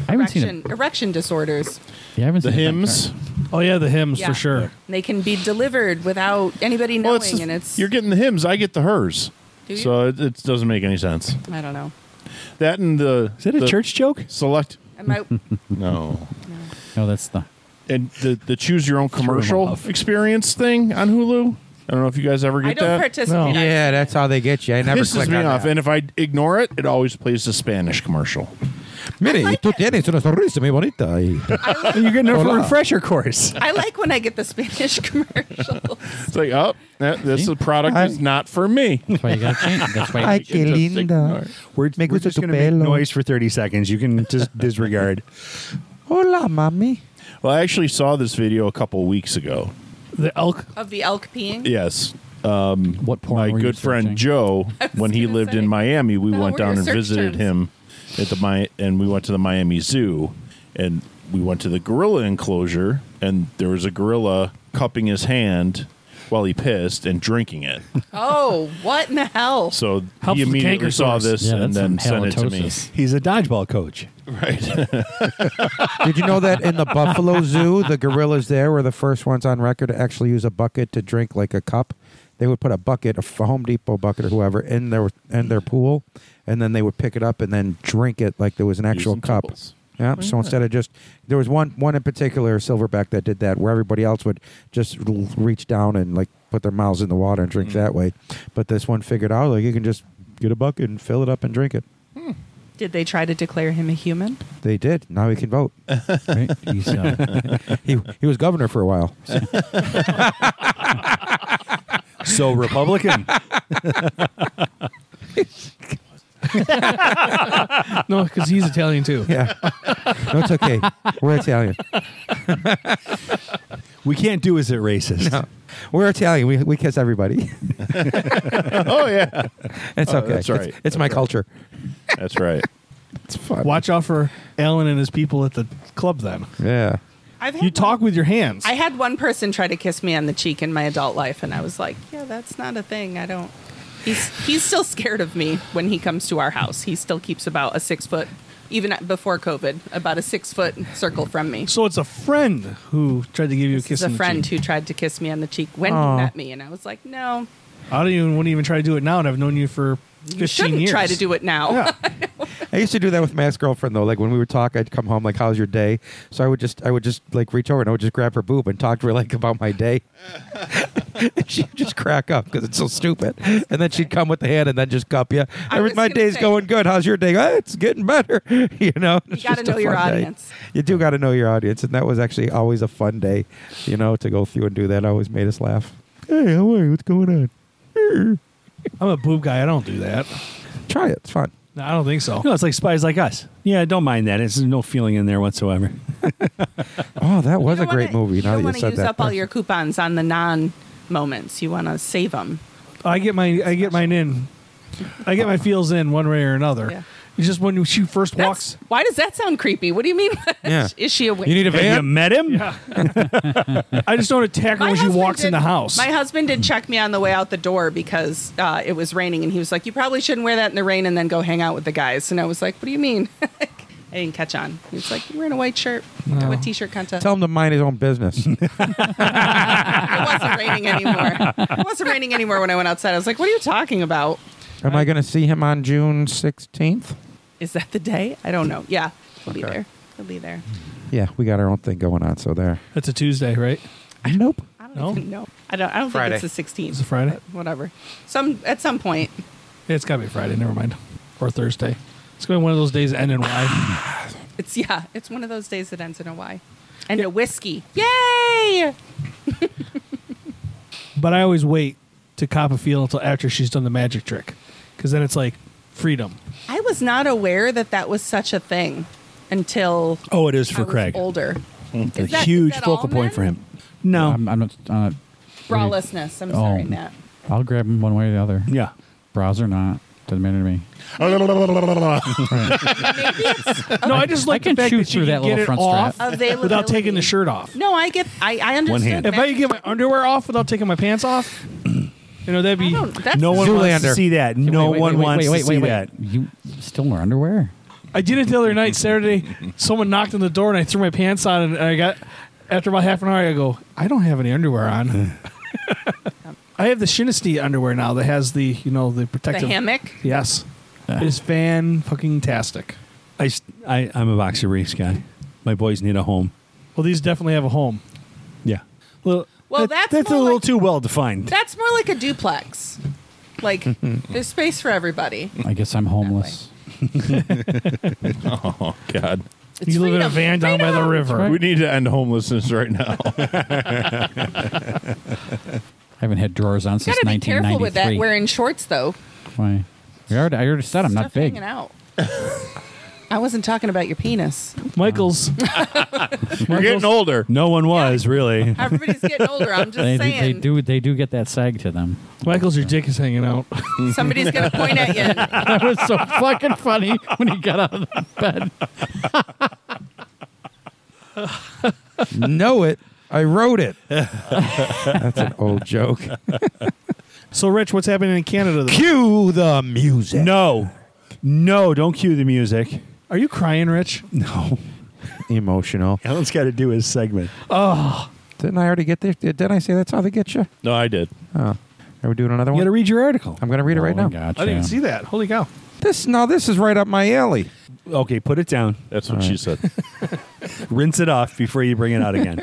I haven't seen Erection, it. erection disorders. Yeah, I haven't The seen it. hymns. Oh yeah, the hymns Yeah. for sure. And they can be delivered without anybody knowing, Well, it's and it's you're getting the hymns. I get the hers. Do you? So it, it doesn't make any sense. I don't know. That and the Is that a the church joke? select. I might. No. No, that's the. and the the choose your own commercial experience thing on Hulu. I don't know if you guys ever get I don't that. participate. No. I- Yeah, that's how they get you. I never pisses click me on off, that. and if I ignore it, it always plays the Spanish commercial. Mire, tu tienes una sonrisa muy bonita. Y- You're getting a Hola. refresher course. I like when I get the Spanish commercial. It's like, oh, that, this is- product is not for me. That's why you got to change. That's why. Ay, qué linda. We're, Me we're gusta just tu going to make pelo. noise for 30 seconds. You can just disregard. Hola, mami. Well, I actually saw this video a couple weeks ago. The elk. of the elk peeing. Yes, what porn? my were you good friend searching? Joe, when he gonna lived say. in Miami, we No, went we're down your and search visited terms. him at the Mi- and we went to the Miami Zoo and we went to the gorilla enclosure and there was a gorilla cupping his hand while he pissed and drinking it. Oh, what in the hell? So Helps he with immediately canker saw sores. this Yeah, and that's then some sent it to me. halitosis. He's a dodgeball coach. Right. Did you know that in the Buffalo Zoo, the gorillas there were the first ones on record to actually use a bucket to drink like a cup? They would put a bucket, a Home Depot bucket or whoever, in their in their pool, and then they would pick it up and then drink it like there was an actual some cup. tools. Yeah. So instead of just there was one one in particular, Silverback, that did that, where everybody else would just l- reach down and like put their mouths in the water and drink that way. But this one figured out like you can just get a bucket and fill it up and drink it. Did they try to declare him a human? They did. Now he can vote. Right? He's, uh, he he was governor for a while. So Republican. No, because he's Italian too. Yeah. No, it's okay. We're Italian. we can't do is it racist. We're Italian. We, we kiss everybody. oh yeah. It's okay. that's right. It's, it's my culture. That's right. It's fun. Watch out for Alan and his people at the club. Then Yeah. I've had you talk with your hands. I had one person try to kiss me on the cheek in my adult life, and I was like, "Yeah, that's not a thing. I don't." He's he's still scared of me when he comes to our house. He still keeps about a six foot, even at- before COVID, about a six foot circle from me. so it's a friend who tried to give you a kiss. He's a on the friend cheek. who tried to kiss me on the cheek when Aw. he met me, and I was like, "No, I don't even wouldn't even try to do it now, and I've known you for you 15 shouldn't years. try to do it now." Yeah. I used to do that with my ex girlfriend though. Like when we would talk, I'd come home like, "How's your day?" So I would just I would just like reach over and I would just grab her boob and talk to her like about my day. and she'd just crack up because it's so stupid. And then she'd come with the hand and then just cup you. I Every- was my gonna day's say- going good. How's your day? "Ah, it's getting better. You know. It's gotta just a know your fun day. audience. You do got to know your audience, and that was actually always a fun day. You know, to go through and do that always made us laugh. Hey, how are you? What's going on? I'm a boob guy. I don't do that. Try it. It's fun. No, I don't think so. No, it's like spies like us. Yeah, don't mind that. It's there's no feeling in there whatsoever. Oh, that was a You don't great wanna- movie. Now that you don't wanna you said use that, up all your coupons on the non moments. You want to save them. I get my I get mine in. I get my feels in one way or another. Yeah. It's just when she first walks. Why does that sound creepy? What do you mean? Yeah. Is she awake? You need a Have you van. met him? I just don't attack her My when she husband walks in did- the house. My husband did check me on the way out the door because uh, it was raining, and he was like, "You probably shouldn't wear that in the rain and then go hang out with the guys." And I was like, "What do you mean?" I didn't catch on. He was like, "You're wearing a white shirt, what t-shirt contest." Tell him to mind his own business. it wasn't raining anymore. It wasn't raining anymore when I went outside. I was like, "What are you talking about? Am I going to see him on June 16th? Is that the day? I don't know. Yeah, he'll be there. He'll be there. Yeah, we got our own thing going on, so there. That's a Tuesday, right? Nope. I don't No? even know. I don't. I don't Friday. think it's the 16th. Is it Friday? but Whatever. Some at some point. Yeah, it's got to be Friday. Never mind. Or Thursday. It's going to be one of those days end in Y. It's yeah. It's one of those days that ends in a Y, and a whiskey. Yay! but I always wait to cop a feel until after she's done the magic trick. Because then it's like freedom. I was not aware that that was such a thing. until Oh, it is I for was Craig. older. A that- huge is that all focal point men? for him. No. I'm, I'm not. Uh, Bralessness. I'm sorry, Oh. Nat. I'll grab them one way or the other. yeah. Bras or not, doesn't matter to me. Oh, No, I just like I can the fact chew that you through can that get little it front off strap. Availability. without taking the shirt off. No, I get. I I understand. hand. If Matt. I could get my underwear off without taking my pants off, you know that'd I be. don't- that's No one wants to Zoolander. see that. No Wait, wait, one wait, wants wait, wait, to see wait, wait. that. You still wear underwear? I did it the other night, Saturday. Someone knocked on the door and I threw my pants on, and I got after about half an hour, I go, I don't have any underwear on. I have the Shinesty underwear now that has the you know the the protective hammock. Yes, it's fan fucking tastic. I, s- I, am a boxer briefs guy. My boys need a home. Well, these definitely have a home. Yeah. Well, Well, that's that's, a more little like- too well defined. That's more like a duplex. Like there's space for everybody. I guess I'm homeless. oh God. It's you live in a van freedom. down by the Freedom. river. We need to end homelessness right now. I haven't had drawers on You since gotta be 1993. careful with that wearing shorts though. Why? We already, I already said I'm not Stuff big. Hanging out. I wasn't talking about your penis. Michael's We're getting older. No one was really. Everybody's getting older. They, I'm just do- they saying. do. They do get that sag to them. Michael's your dick is hanging out. Somebody's gonna point at you. That was so fucking funny when he got out of the bed. know it. I wrote it. That's an old joke. so, Rich, what's happening in Canada? This- Cue the music. No. No, don't cue the music. Are you crying, Rich? No. Emotional. Alan's got to do his segment. Didn't I already get this? Didn't I say that's how they get you? No, I did. Oh. Are we doing another You got one? to read your article. I'm going to read it right Oh, now. Gotcha. I didn't even see that. Holy cow! This now this is right up my alley. Okay, put it down. That's what she said. Rinse it off before you bring it out again.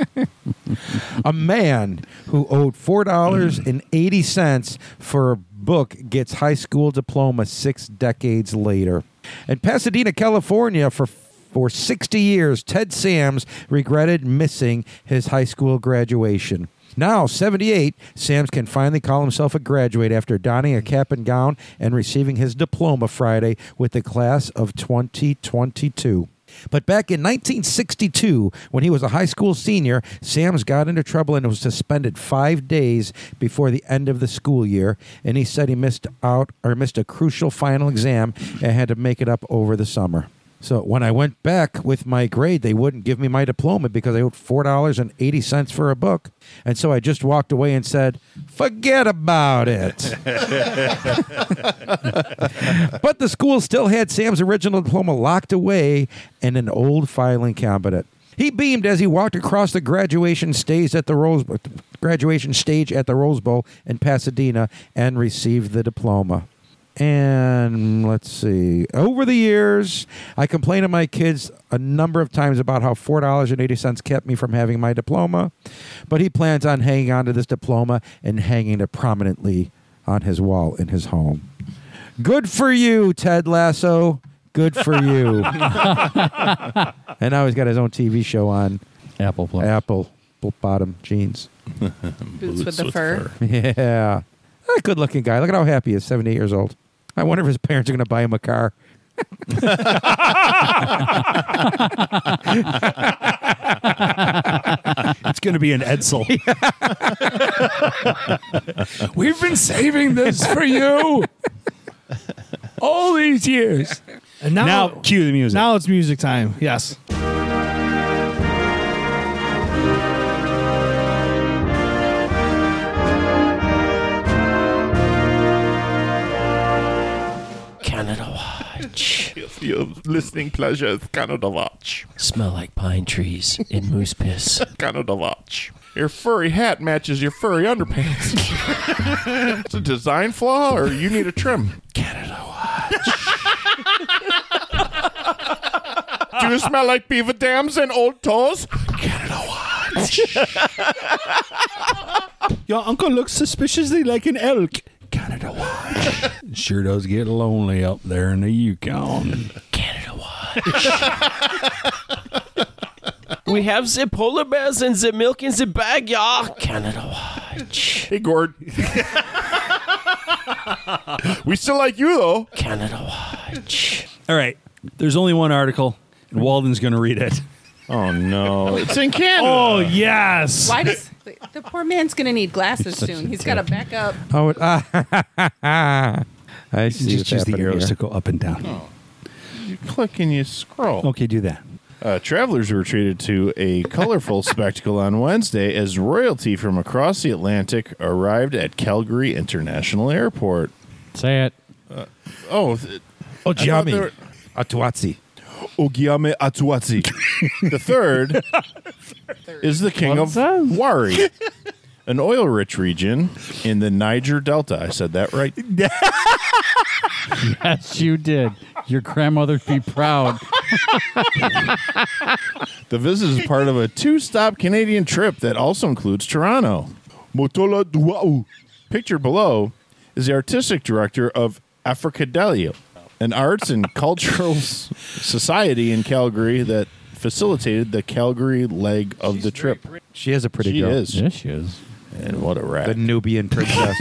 A man who owed four dollars and eighty cents for a book gets high school diploma six decades later. In Pasadena, California, for for 60 years, Ted Sams regretted missing his high school graduation. Now, 78, Sams can finally call himself a graduate after donning a cap and gown and receiving his diploma Friday with the class of 2022. But back in 1962, when he was a high school senior, Sams got into trouble and was suspended five days before the end of the school year. And he said he missed out or missed a crucial final exam and had to make it up over the summer. So when I went back with my grade, they wouldn't give me my diploma because I owed four dollars and eighty cents for a book. And so I just walked away and said, "Forget about it." but the school still had Sam's original diploma locked away in an old filing cabinet. He beamed as he walked across the graduation stage at the Rose graduation stage at the Rose Bowl in Pasadena and received the diploma. And let's see. Over the years, I complained to my kids a number of times about how $4.80 kept me from having my diploma, but he plans on hanging on to this diploma and hanging it prominently on his wall in his home. Good for you, Ted Lasso. Good for you. and now he's got his own TV show on Apple Plus. Apple bottom jeans. Boots with the fur. Yeah. A good looking guy. Look at how happy he is, 78 years old. I wonder if his parents are going to buy him a car. Oh, It's going to be an Edsel. We've been saving this for you all these years. And Now Oh. cue the music. Now it's music time. Yes. Canada Watch. Your listening pleasure is Canada Watch. Smell like pine trees in moose piss. Canada Watch. Your furry hat matches your furry underpants. it's a design flaw, or you need a trim. Canada Watch. Do you smell like beaver dams and old toes? Canada Watch. Your uncle looks suspiciously like an elk. Canada Watch. sure does get lonely up there in the Yukon. Canada Watch. we have the polar bears and the milk in the bag, y'all. Canada Watch. Hey, Gord. we still like you, though. Canada Watch. All right. There's only one article. and Walden's going to read it. Oh no, it's in Canada. Oh yes. Why does the poor man's going to need glasses such a soon? He's got to back up. Oh, it, I see. what's Just use the happening arrows here. to go up and down. you click and you scroll. Okay, do that. Uh, travelers were treated to a colorful spectacle on Wednesday as royalty from across the Atlantic arrived at Calgary International Airport. Say it. Oh, th- Oh, I thought they Giammi. were- Atuazzi. Ogiame Atuatsi. the third is the king of Wari, an oil rich region in the Niger Delta. I said that right. Yes, you did. Your grandmother'd be proud. The visit is part of a two stop Canadian trip that also includes Toronto. Motola Duau, pictured below, is the artistic director of Africadelia, an arts and cultural s- society in Calgary that facilitated the Calgary leg of the trip. She is a pretty She girl. is. Yes, she is. And what a The rat. Nubian princess.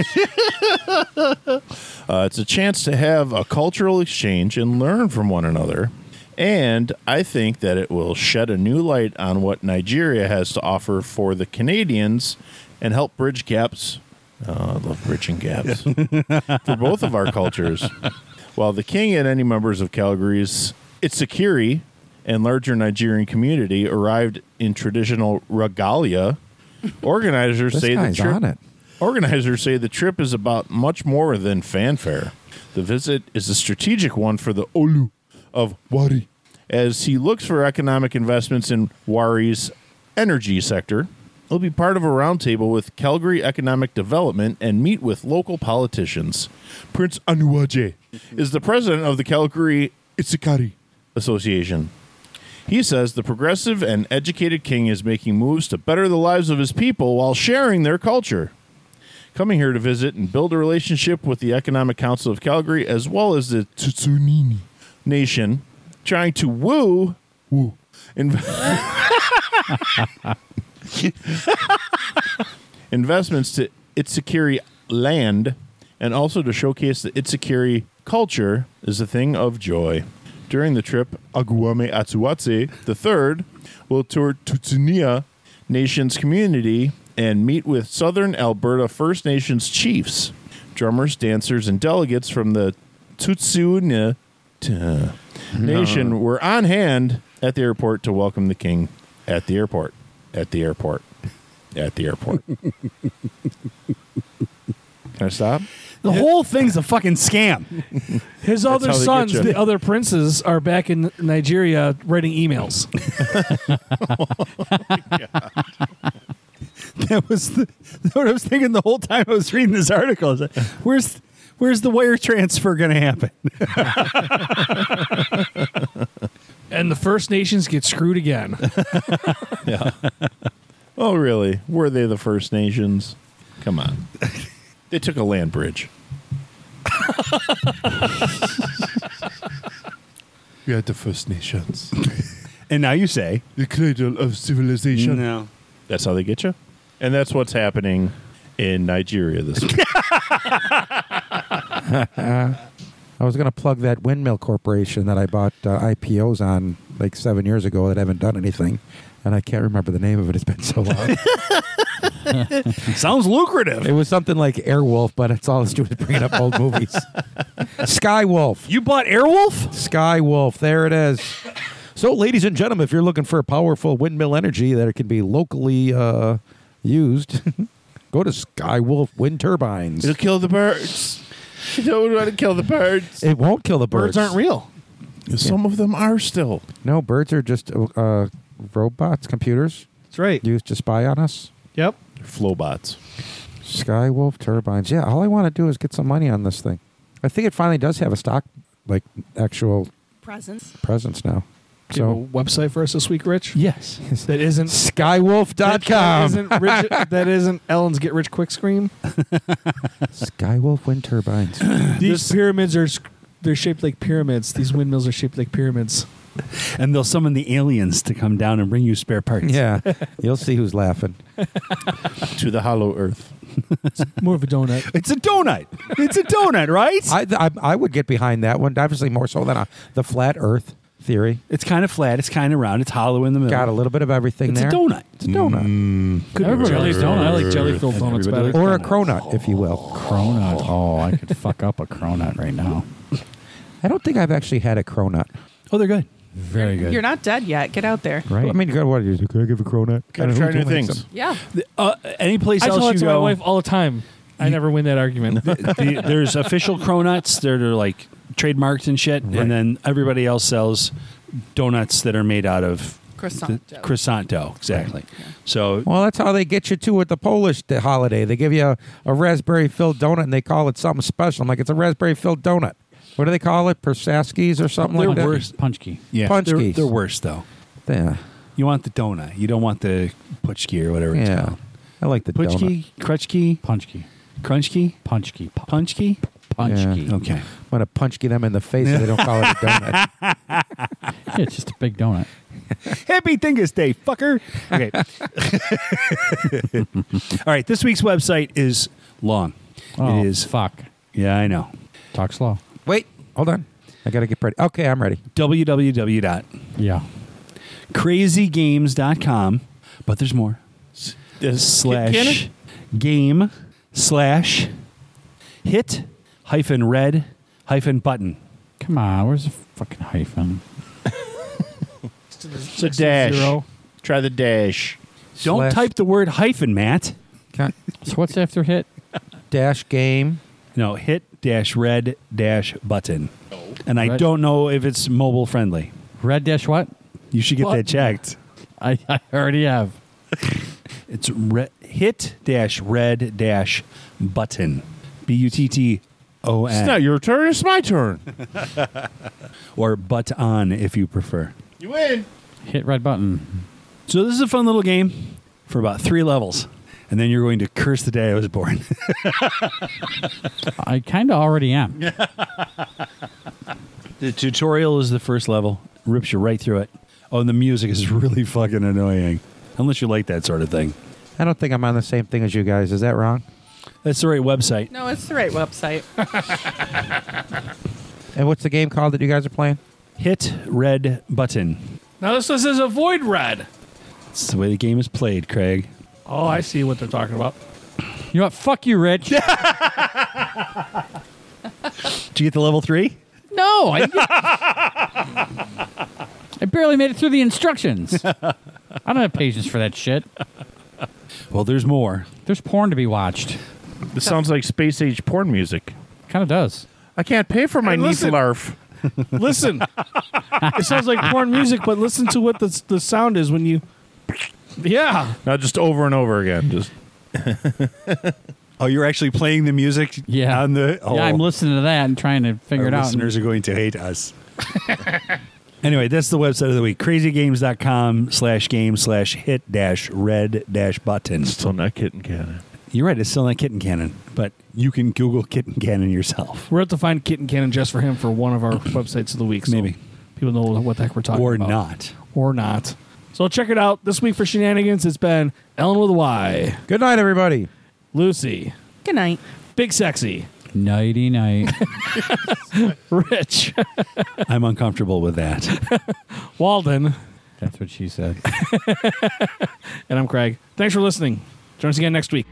Uh, it's a chance to have a cultural exchange and learn from one another. And I think that it will shed a new light on what Nigeria has to offer for the Canadians and help bridge gaps. Oh, I love bridging gaps for both of our cultures. While the king and any members of Calgary's Itsekiri and larger Nigerian community arrived in traditional regalia, organizers This say the guy's trip on it. Organizers say the trip is about much more than fanfare. The visit is a strategic one for the Olu of Wari, as he looks for economic investments in Wari's energy sector. He'll be part of a roundtable with Calgary Economic Development and meet with local politicians. Prince Anuaje is the president of the Calgary Itsikari Association. He says the progressive and educated king is making moves to better the lives of his people while sharing their culture coming here to visit and build a relationship with the Economic Council of Calgary as well as the Tsukunini Nation, trying to woo woo inv- investments to Itsekiri land and also to showcase the Itsekiri culture is a thing of joy. During the trip, Aguame Atsuwatse III will tour Tutsunia Nations community and meet with Southern Alberta First Nations chiefs, drummers, dancers, and delegates from the Tutsunia t- Nation were on hand at the airport to welcome the king at the airport. At the airport. At the airport. Can I stop? The whole thing's a fucking scam. His other how they get sons, you. the other princes, are back in Nigeria writing emails. That was the, that's what I was thinking the whole time I was reading this article. I was like, where's where's the wire transfer going to happen? and the First Nations get screwed again. Oh, really? Were they the First Nations? Come on. they took a land bridge. we had the First Nations, And now you say, the cradle of civilization. no. That's how they get you. And that's what's happening in Nigeria this week. I was going to plug that windmill corporation that I bought uh, IPOs on like seven years ago that haven't done anything. And I can't remember the name of it. It's been so long. Sounds lucrative. it was something like Airwolf, but it's all it's doing is bringing up old movies. Skywolf. You bought Airwolf? Skywolf. There it is. So, ladies and gentlemen, if you're looking for powerful windmill energy that can be locally uh, used, go to Skywolf Wind Turbines. It'll kill the birds. You don't want to kill the birds. It won't kill the birds. Birds aren't real. Some of them are still. No, birds are just uh, robots, computers That's right. used to spy on us. Yep. Flowbots. Skywolf turbines. Yeah, all I want to do is get some money on this thing. I think it finally does have a stock, like actual Presents. presence now. Do you have So a website for us this week, Rich? Yes. That isn't. that- That skywolf.com. isn't, rich, that isn't Ellen's get rich quick scream. Skywolf wind turbines. These pyramids are sc- they're shaped like pyramids. These windmills are shaped like pyramids. And they'll summon the aliens to come down and bring you spare parts. yeah, you'll see who's laughing. To the hollow earth. More of a donut. It's a donut. It's a donut, right? I, I I would get behind that one, obviously more so than a, the uh, flat Earth. theory. It's kind of flat. It's kind of round. It's hollow in the middle. Got a little bit of everything It's there. a donut. It's a donut. Could be jelly donut. I like jelly filled donuts better. Or a cronut, if you will. Cronut. Oh, I could fuck up a cronut right now. I don't think I've actually had a cronut. Oh, they're good. Very good. You're not dead yet. Get out there. Right. I mean, you got what? You can I give a cronut? Gotta Who try do new makes things. them? Yeah. Uh, any place I else tell you that to go, my wife all the time. I never win that argument. the, there's official cronuts. They're, they're like trademarked and shit. Right. And then everybody else sells donuts that are made out of Croissant dough. croissant dough. Exactly. So Well, that's how they get you too at the Polish d- holiday. They give you a, a raspberry filled donut and they call it something special. I'm like, it's a raspberry filled donut. What do they call it? Persaskis or something They're like that? worse. Punchki. Yeah. they're, Punchkis. they're worse, though. Yeah. You want the donut. You don't want the putchki or whatever it's Yeah. called. I like the donut. Putchki, crutchki, Punchki. crunchki, Punchki. Pu- punchki. Punchki. Yeah. Okay. I'm going to punch them in the face if they don't call it a donut. Yeah, it's just a big donut. Happy Dingus Day, fucker. Okay. All right. This week's website is long. Oh, it is. Fuck. yeah, I know. Talk slow. Wait, hold on. I got to get ready. Okay, I'm ready. Yeah. www.crazygames.com. But there's more. Does- can Slash it? game slash hit hyphen red hyphen button. Come on. Where's the fucking hyphen? It's a dash. Zero. Try the dash. Don't Slash- type the word hyphen, Matt. Can- So what's after hit? Dash game. No, hit dash red dash button. And I Red- don't know if it's mobile friendly. Red dash what? You should get What? that checked. I, I already have. It's re- hit dash red dash button. B U T T O It's not N. your turn. It's my turn. Or butt on if you prefer. you win. Hit red button. So this is a fun little game for about three levels. And then you're going to curse the day I was born. I kind of already am. the tutorial is the first level, rips you right through it. Oh, and the music is really fucking annoying. Unless you like that sort of thing. I don't think I'm on the same thing as you guys. Is that wrong? That's the right website. No, it's the right website. And what's the game called that you guys are playing? Hit red button. Now this one says avoid red. It's the way the game is played, Craig. Oh, I see what they're talking about. You know what? Fuck you, Rich. Did you get the level three? No, I, I barely made it through the instructions. I don't have patience for that shit. Well, there's more. There's porn to be watched. This sounds like space age porn music. Kind of does. I can't pay for my Hey, niece listen. larf. Listen, it sounds like porn music, but listen to what the the sound is when you. Yeah, Now just over and over again. Just Oh, you're actually playing the music? Yeah. On the, oh, Yeah, I'm listening to that and trying to figure Our it out. listeners are going to hate us. anyway, that's the website of the week. Crazygames.com slash game slash hit dash red dash button. still not kitten can. You're right. It's still not Kitten Cannon, but you can Google Kitten Cannon yourself. we're at to find kitten cannon just for him for one of our websites of the week. So Maybe. people know what the heck we're talking Or about, not. or not. So check it out this week for shenanigans. It's been Ellen with a Y, Good night, everybody. Lucy, Good night. Big Sexy, Nighty night. Rich, I'm uncomfortable with that. Walden, That's what she said. and I'm Craig. Thanks for listening. Join us again next week.